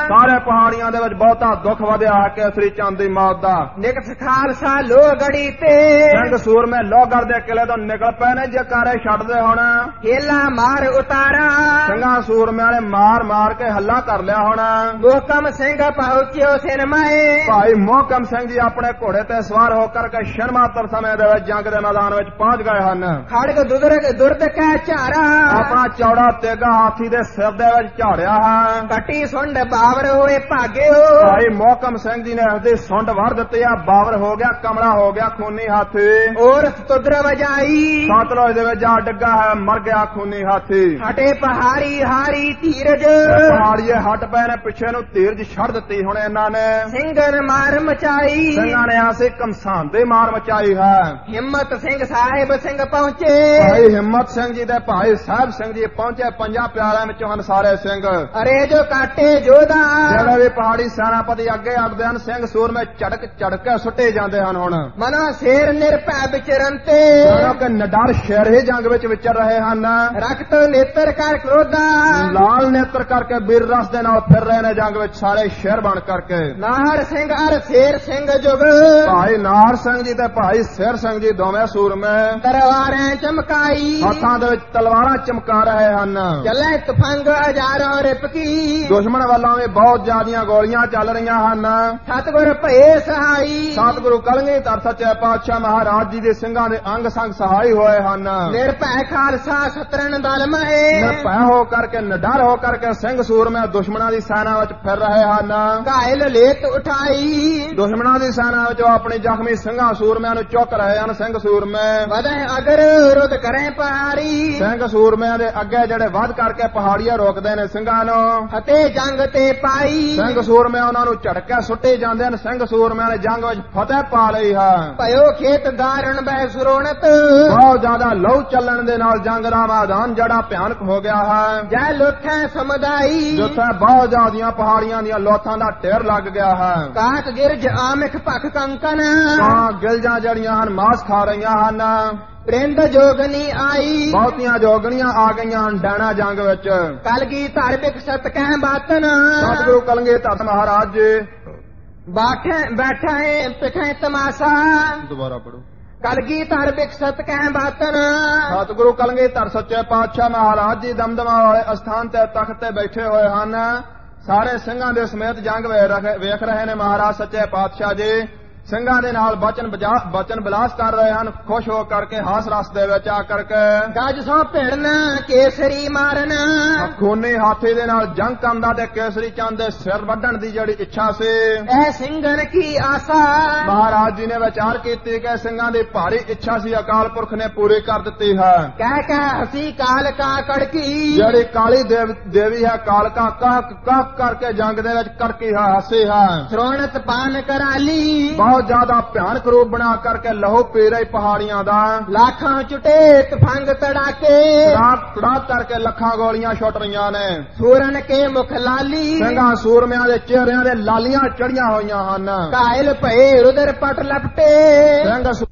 [SPEAKER 2] ਸਾਰੇ ਪਹਾੜੀਆਂ ਦੇ ਵਿੱਚ ਬਹੁਤਾ ਦੁੱਖ ਵਧਿਆ ਹੈ ਕੇਸਰੀ ਚੰਦ ਦੀ ਮੌਤ ਦਾ
[SPEAKER 1] ਨਿਕਟ ਖਾਲਸਾ ਲੋ ਗੜੀ ਤੇ
[SPEAKER 2] ਸਿੰਘ ਸੂਰਮੇ ਲੋਹਗੜ ਦੇ ਕਿਲੇ ਤੋਂ ਨਿਕਲ ਪਏ ਨੇ ਜਕਾਰੇ ਛੱਡਦੇ ਹੁਣ
[SPEAKER 1] ਹੇਲਾ ਮਾਰ ਉਤਾਰਾ
[SPEAKER 2] ਸਿੰਘਾਂ ਸੂਰਮਿਆਂ ਨੇ ਮਾਰ ਮਾਰ ਕੇ ਹੱਲਾ ਕਰ ਲਿਆ ਹੋਣਾ
[SPEAKER 1] ਮੋਹਕਮ ਸਿੰਘ ਪਹੁੰਚਿਓ ਸਿਨ ਮਾਏ
[SPEAKER 2] ਭਾਈ ਮੋਹਕਮ ਸਿੰਘ ਜੀ ਆਪਣੇ ਘੋੜੇ ਤੇ ਸਵਾਰ ਹੋ ਕਰਕੇ ਸ਼ਰਮਾਤਰ ਸਮੇਂ ਦੇ ਵਿੱਚ ਜੰਗ ਦੇ ਮੈਦਾਨ ਵਿੱਚ ਪਹੁੰਚ ਗਏ ਹਨ
[SPEAKER 1] ਖੜਗ ਦੁਦਰਕ ਦੁਰਦ ਕੈ ਝਾਰਾ
[SPEAKER 2] ਆਪਣਾ ਚੌੜਾ ਤੇਗਾ ਹਾਥੀ ਦੇ ਸਿਰ ਦੇ ਵਿੱਚ ਝਾੜਿਆ ਹੈ
[SPEAKER 1] ਕਟੀ ਸੁੰਡ ਬਾਵਰ ਹੋਏ ਭਾਗਿਓ
[SPEAKER 2] ਭਾਈ ਮੋਹਕਮ ਸਿੰਘ ਜੀ ਨੇ ਉਸਦੀ ਸੁੰਡ ਵੜ ਦਿੱਤੀ ਆ ਬਾਵਰ ਹੋ ਗਿਆ ਕਮਲਾ ਹੋ ਗਿਆ ਖੂਨੀ ਹਾਥੀ
[SPEAKER 1] ਔਰ ਸੁਤੁਦਰ ਵਜਾਈ
[SPEAKER 2] ਸਤਲੁਜ ਦੇ ਵਿੱਚ ਜਾ ਡਿੱਗਾ ਹੈ ਮਰ ਗਿਆ ਖੂਨੀ ਹਾਥੀ
[SPEAKER 1] ਹਟੇ ਪਹਾੜੀ ਹਾਰੀ ਧੀਰਜ
[SPEAKER 2] ਪਹਾੜੀਏ ਹਟ ਪਏ ਨੇ ਪਿੱਛੇ ਨੂੰ ਤੀਰਜ ਛੱਡ ਦਿੱਤੀ ਹੁਣ ਇਹਨਾਂ ਨੇ
[SPEAKER 1] ਸਿੰਘਨ ਮਾਰ ਮਚਾਈ
[SPEAKER 2] ਸਿੰਘਾਂ ਨੇ ਆਸੇ ਕਮਸਾਨ ਦੇ ਮਾਰ ਮਚਾਈ ਹੈ
[SPEAKER 1] ਹਿੰਮਤ ਸਿੰਘ ਸਾਹਿਬ ਸਿੰਘ ਪਹੁੰਚੇ
[SPEAKER 2] ਭਾਈ ਹਿੰਮਤ ਸਿੰਘ ਜੀ ਦੇ ਭਾਈ ਸਾਹਿਬ ਸਿੰਘ ਜੀ ਪਹੁੰਚੇ ਪੰਜਾਂ ਪਿਆਰਿਆਂ ਵਿੱਚੋਂ ਹਨ ਸਾਰੇ ਸਿੰਘ
[SPEAKER 1] ਅਰੇ ਜੋ ਕਾਟੇ ਜੋਦਾ
[SPEAKER 2] ਜਿਹੜੇ ਵੀ ਪਹਾੜੀ ਸੈਨਾਪਤੀ ਅੱਗੇ ਅੜਦੇ ਹਨ ਸਿੰਘ ਸੂਰਮੇ ਝੜਕ ਝੜਕ ਕੇ ਸੁੱਟੇ ਜਾਂਦੇ ਹਨ ਹੁਣ
[SPEAKER 1] ਮਨੋ ਸੇਰ ਨਿਰਭੈ ਵਿਚਰੰਤੇ
[SPEAKER 2] ਜਦੋਂ ਕਿ ਨਡਰ ਸ਼ੇਰ ਹੀ ਜੰਗ ਵਿੱਚ ਵਿਚਰ ਰਹੇ ਹਨ
[SPEAKER 1] ਰਕਤ ਨੇਤਰ ਕਰ ਕ੍ਰੋਧਾ
[SPEAKER 2] ਲਾਲ ਨੇਤਰ ਕਰਕੇ ਵੀਰ ਰਸ ਦੇ ਨਾਲ ਫਿਰ ਰਹੇ ਨੇ ਜੰਗ ਵਿੱਚ ਸਾਰੇ ਸ਼ੇਰ ਬਣ ਕਰਕੇ
[SPEAKER 1] ਨਾਹਰ ਸਿੰਘ ਅਰ ਸੇਰ ਸਿੰਘ ਜੁਗ
[SPEAKER 2] ਭਾਈ ਨਾਰ ਸਿੰਘ ਜੀ ਤੇ ਭਾਈ ਸਿਰ ਸਿੰਘ ਜੀ ਦੋਵੇਂ ਸੂਰਮੇ
[SPEAKER 1] ਤਰਵਾਰਾਂ ਚਮਕਾਈ
[SPEAKER 2] ਹੱਥਾਂ ਦੇ ਵਿੱਚ ਤਲਵਾਰਾਂ ਚਮਕਾ ਰਹੇ ਹਨ
[SPEAKER 1] ਚੱਲੇ ਤਫੰਗ ਹਜ਼ਾਰਾਂ ਰਿਪਕੀ
[SPEAKER 2] ਦੁਸ਼ਮਣ ਵੱਲੋਂ ਵੀ ਬਹੁਤ ਜ਼ਿਆਦੀਆਂ ਗੋਲੀਆਂ ਚੱਲ ਰਹੀਆਂ ਹਨ
[SPEAKER 1] ਸਤਗੁਰ ਭਏ ਸਹਾਈ
[SPEAKER 2] ਸਤਿਗੁਰੂ ਕਲਗੀ ਤਰ ਸੱਚੇ ਪਾਤਸ਼ਾਹ ਮਹਾਰਾਜ ਜੀ ਦੇ ਸਿੰਘਾਂ ਦੇ ਅੰਗ ਸੰਗ ਸਹਾਈ ਹੋਏ ਹਨ
[SPEAKER 1] ਨਿਰਭੈ ਖਾਲਸਾ ਸਤਰਨ ਦਲ ਮਹੇ
[SPEAKER 2] ਨਿਰਭੈ ਹੋ ਕਰਕੇ ਨਿਡਰ ਹੋ ਕਰਕੇ ਸਿੰਘ ਸੂਰਮੇ ਦੁਸ਼ਮਣਾਂ ਦੀ ਸੈਨਾ ਵਿੱਚ ਫਿਰ ਰਹੇ ਹਨ
[SPEAKER 1] ਘਾਇਲ ਲੇਤ ਉਠਾਈ
[SPEAKER 2] ਦੁਸ਼ਮਣਾਂ ਦੀ ਸੈਨਾ ਵਿੱਚ ਉਹ ਆਪਣੇ ਜ਼ਖਮੀ ਸਿੰਘਾਂ ਸੂਰਮਿਆਂ ਨੂੰ ਚੁੱਕ ਰਹੇ ਹਨ ਸਿੰਘ ਸੂਰਮੇ
[SPEAKER 1] ਵਧੈ ਅਗਰ ਰੁਦ ਕਰੇ ਪਹਾਰੀ
[SPEAKER 2] ਸਿੰਘ ਸੂਰਮਿਆਂ ਦੇ ਅੱਗੇ ਜਿਹੜੇ ਵੱਧ ਕਰਕੇ ਪਹਾੜੀਆਂ ਰੋਕਦੇ ਨੇ ਸਿੰਘਾਂ ਨੂੰ
[SPEAKER 1] ਅਤੇ ਜੰਗ ਤੇ ਪਾਈ
[SPEAKER 2] ਸਿੰਘ ਸੂਰਮਿਆਂ ਉਹਨਾਂ ਨੂੰ ਝਟਕੇ ਸੁੱਟੇ ਜਾਂਦੇ ਨੇ ਸਿੰਘ ਸੂਰਮਿਆਂ ਨੇ ਜੰਗ ਵਿੱਚ ਫਤਿਹ ਪਾ ਲਈ ਹੈ
[SPEAKER 1] ਭਇਓ ਖੇਤ ਦਾਰਣ ਬਹਿ ਸੁਰੋਣਤ
[SPEAKER 2] ਬਹੁਤ ਜ਼ਿਆਦਾ ਲਹੂ ਚੱਲਣ ਦੇ ਨਾਲ ਜੰਗ ਦਾ ਮੈਦਾਨ ਜਿਹੜਾ ਭਿਆਨਕ ਹੋ ਗਿਆ ਹੈ
[SPEAKER 1] ਜੈ ਲੁੱਠੈ ਸਮਦਾਈ
[SPEAKER 2] ਜਿੱਥੇ ਬਹੁਤ ਜ਼ਿਆਦੀਆਂ ਪਹਾੜੀਆਂ ਦੀਆਂ ਲੋਥਾਂ ਦਾ ਢੇਰ ਲੱਗ ਗਿਆ ਹੈ
[SPEAKER 1] ਕਾਕ ਗਿਰਜ ਆਮਿਖ ਭਖ ਕੰਕਨ
[SPEAKER 2] ਤਾਂ ਗਿਲਜਾਂ ਜਿਹੜੀਆਂ ਹਨ ਮਾਸ ਖਾ ਰਹੀਆਂ ਹਨ
[SPEAKER 1] ਪ੍ਰਿੰਦ ਜੋਗਨੀ ਆਈ
[SPEAKER 2] ਬਹੁਤੀਆਂ ਜੋਗਣੀਆਂ ਆ ਗਈਆਂ ਹਨ ਡਾਣਾ ਜੰਗ ਵਿੱਚ
[SPEAKER 1] ਕਲਗੀ ਧਰ ਬਿਕ ਸਤ ਕਹਿ ਬਾਤਨ
[SPEAKER 2] ਸਤਿਗੁਰੂ ਕਲੰਗੇ ਧੰਨ ਮਹਾਰਾਜ ਜੀ
[SPEAKER 1] ਬਾਠੈ ਬੈਠੈ ਪਿਖੈ ਤਮਾਸਾ
[SPEAKER 2] ਦੁਬਾਰਾ ਪੜੋ
[SPEAKER 1] ਕਲਗੀ ਧਰ ਬਿਕ ਸਤ ਕਹਿ ਬਾਤਨ
[SPEAKER 2] ਸਤਿਗੁਰੂ ਕਲੰਗੇ ਧਰ ਸੱਚੇ ਪਾਤਸ਼ਾਹ ਮਹਾਰਾਜ ਜੀ ਦਮਦਮਾ ਵਾਲੇ ਅਸਥਾਨ ਤੇ ਤਖਤ ਤੇ ਬੈਠੇ ਹੋਏ ਹਨ ਸਾਰੇ ਸਿੰਘਾਂ ਦੇ ਸਮੇਤ ਜੰਗ ਵੇ ਰਖ- ਵੇਖ ਰਹੇ ਨੇ ਮਹਾਰਾਜ ਸੱਚੇ ਪਾਤਸ਼ਾਹ ਜੀ ਸਿੰਘਾਂ ਦੇ ਨਾਲ ਬਚਨ ਬਜਾ- ਬਚਨ ਬਿਲਾਸ ਕਰ ਰਹੇ ਹਨ ਖੁਸ਼ ਹੋ ਕਰਕੇ ਹਾਸ ਰਸ ਦੇ ਵਿੱਚ ਆ ਕਰਕੇ
[SPEAKER 1] ਗਜ ਸੋ ਭਿੜਨ ਕੇਸਰੀ ਮਾਰਨ
[SPEAKER 2] ਖੂਨੀ ਹਾਥੀ ਦੇ ਨਾਲ ਜੰਗ ਕਰਨ ਦਾ ਤੇ ਕੇਸਰੀ ਚੰਦ ਦੇ ਸਿਰ ਵੱਢਣ ਦੀ ਜਿਹੜੀ ਇੱਛਾ ਸੀ
[SPEAKER 1] ਐ ਸਿੰਘਨ ਕੀ ਆਸਾ
[SPEAKER 2] ਮਹਾਰਾਜ ਜੀ ਨੇ ਵਿਚਾਰ ਕੀਤੀ ਕਿ ਸਿੰਘਾਂ ਦੀ ਭਾਰੀ ਇੱਛਾ ਸੀ ਅਕਾਲ ਪੁਰਖ ਨੇ ਪੂਰੀ ਕਰ ਦਿੱਤੀ ਹੈ
[SPEAKER 1] ਕਹਿ ਕਹਿ ਹਸੀ ਕਾਲ ਕਾ ਕੜਕੀ
[SPEAKER 2] ਜਿਹੜੀ ਕਾਲੀ ਦੇਵ- ਦੇਵੀ ਹੈ ਕਾਲਕਾ ਕਾਹ ਕਾਹ ਕਰਕੇ ਜੰਗ ਦੇ ਵਿੱਚ ਕਰਕੀ ਹੈ ਹੱਸੀ ਹੈ
[SPEAKER 1] ਸ਼੍ਰੋਣਤ ਪਾਨ ਕਰਾਲੀ
[SPEAKER 2] ਬਹੁਤ ਜ਼ਿਆਦਾ ਭਿਆਨਕ ਰੂਪ ਬਣਾ ਕਰਕੇ ਲਹੂ ਪੀ ਰਹੀ ਪਹਾੜੀਆਂ ਦਾ
[SPEAKER 1] ਲਾਖਾਂ ਚੁਟੇ ਤਫੰਗ ਤੜਾਕੇ
[SPEAKER 2] ਰਾਤ ਰਾਤ ਕਰਕੇ ਲੱਖਾਂ ਗੋਲੀਆਂ ਛੁੱਟ ਰਹੀਆਂ ਨੇ
[SPEAKER 1] ਸੂਰਨ ਕੇ ਮੁਖ ਲਾਲੀ
[SPEAKER 2] ਸਿੰਘਾਂ ਸੂਰਮਿਆਂ ਦੇ ਚਿਹਰਿਆਂ ਦੇ ਲਾਲੀਆਂ ਚੜੀਆਂ ਹੋਈਆਂ ਹਨ
[SPEAKER 1] ਕਾਇਲ ਭਏ ਰੁਦਰ ਪਟ ਲਪਟੇ
[SPEAKER 2] ਸਿੰਘ ਸੂ-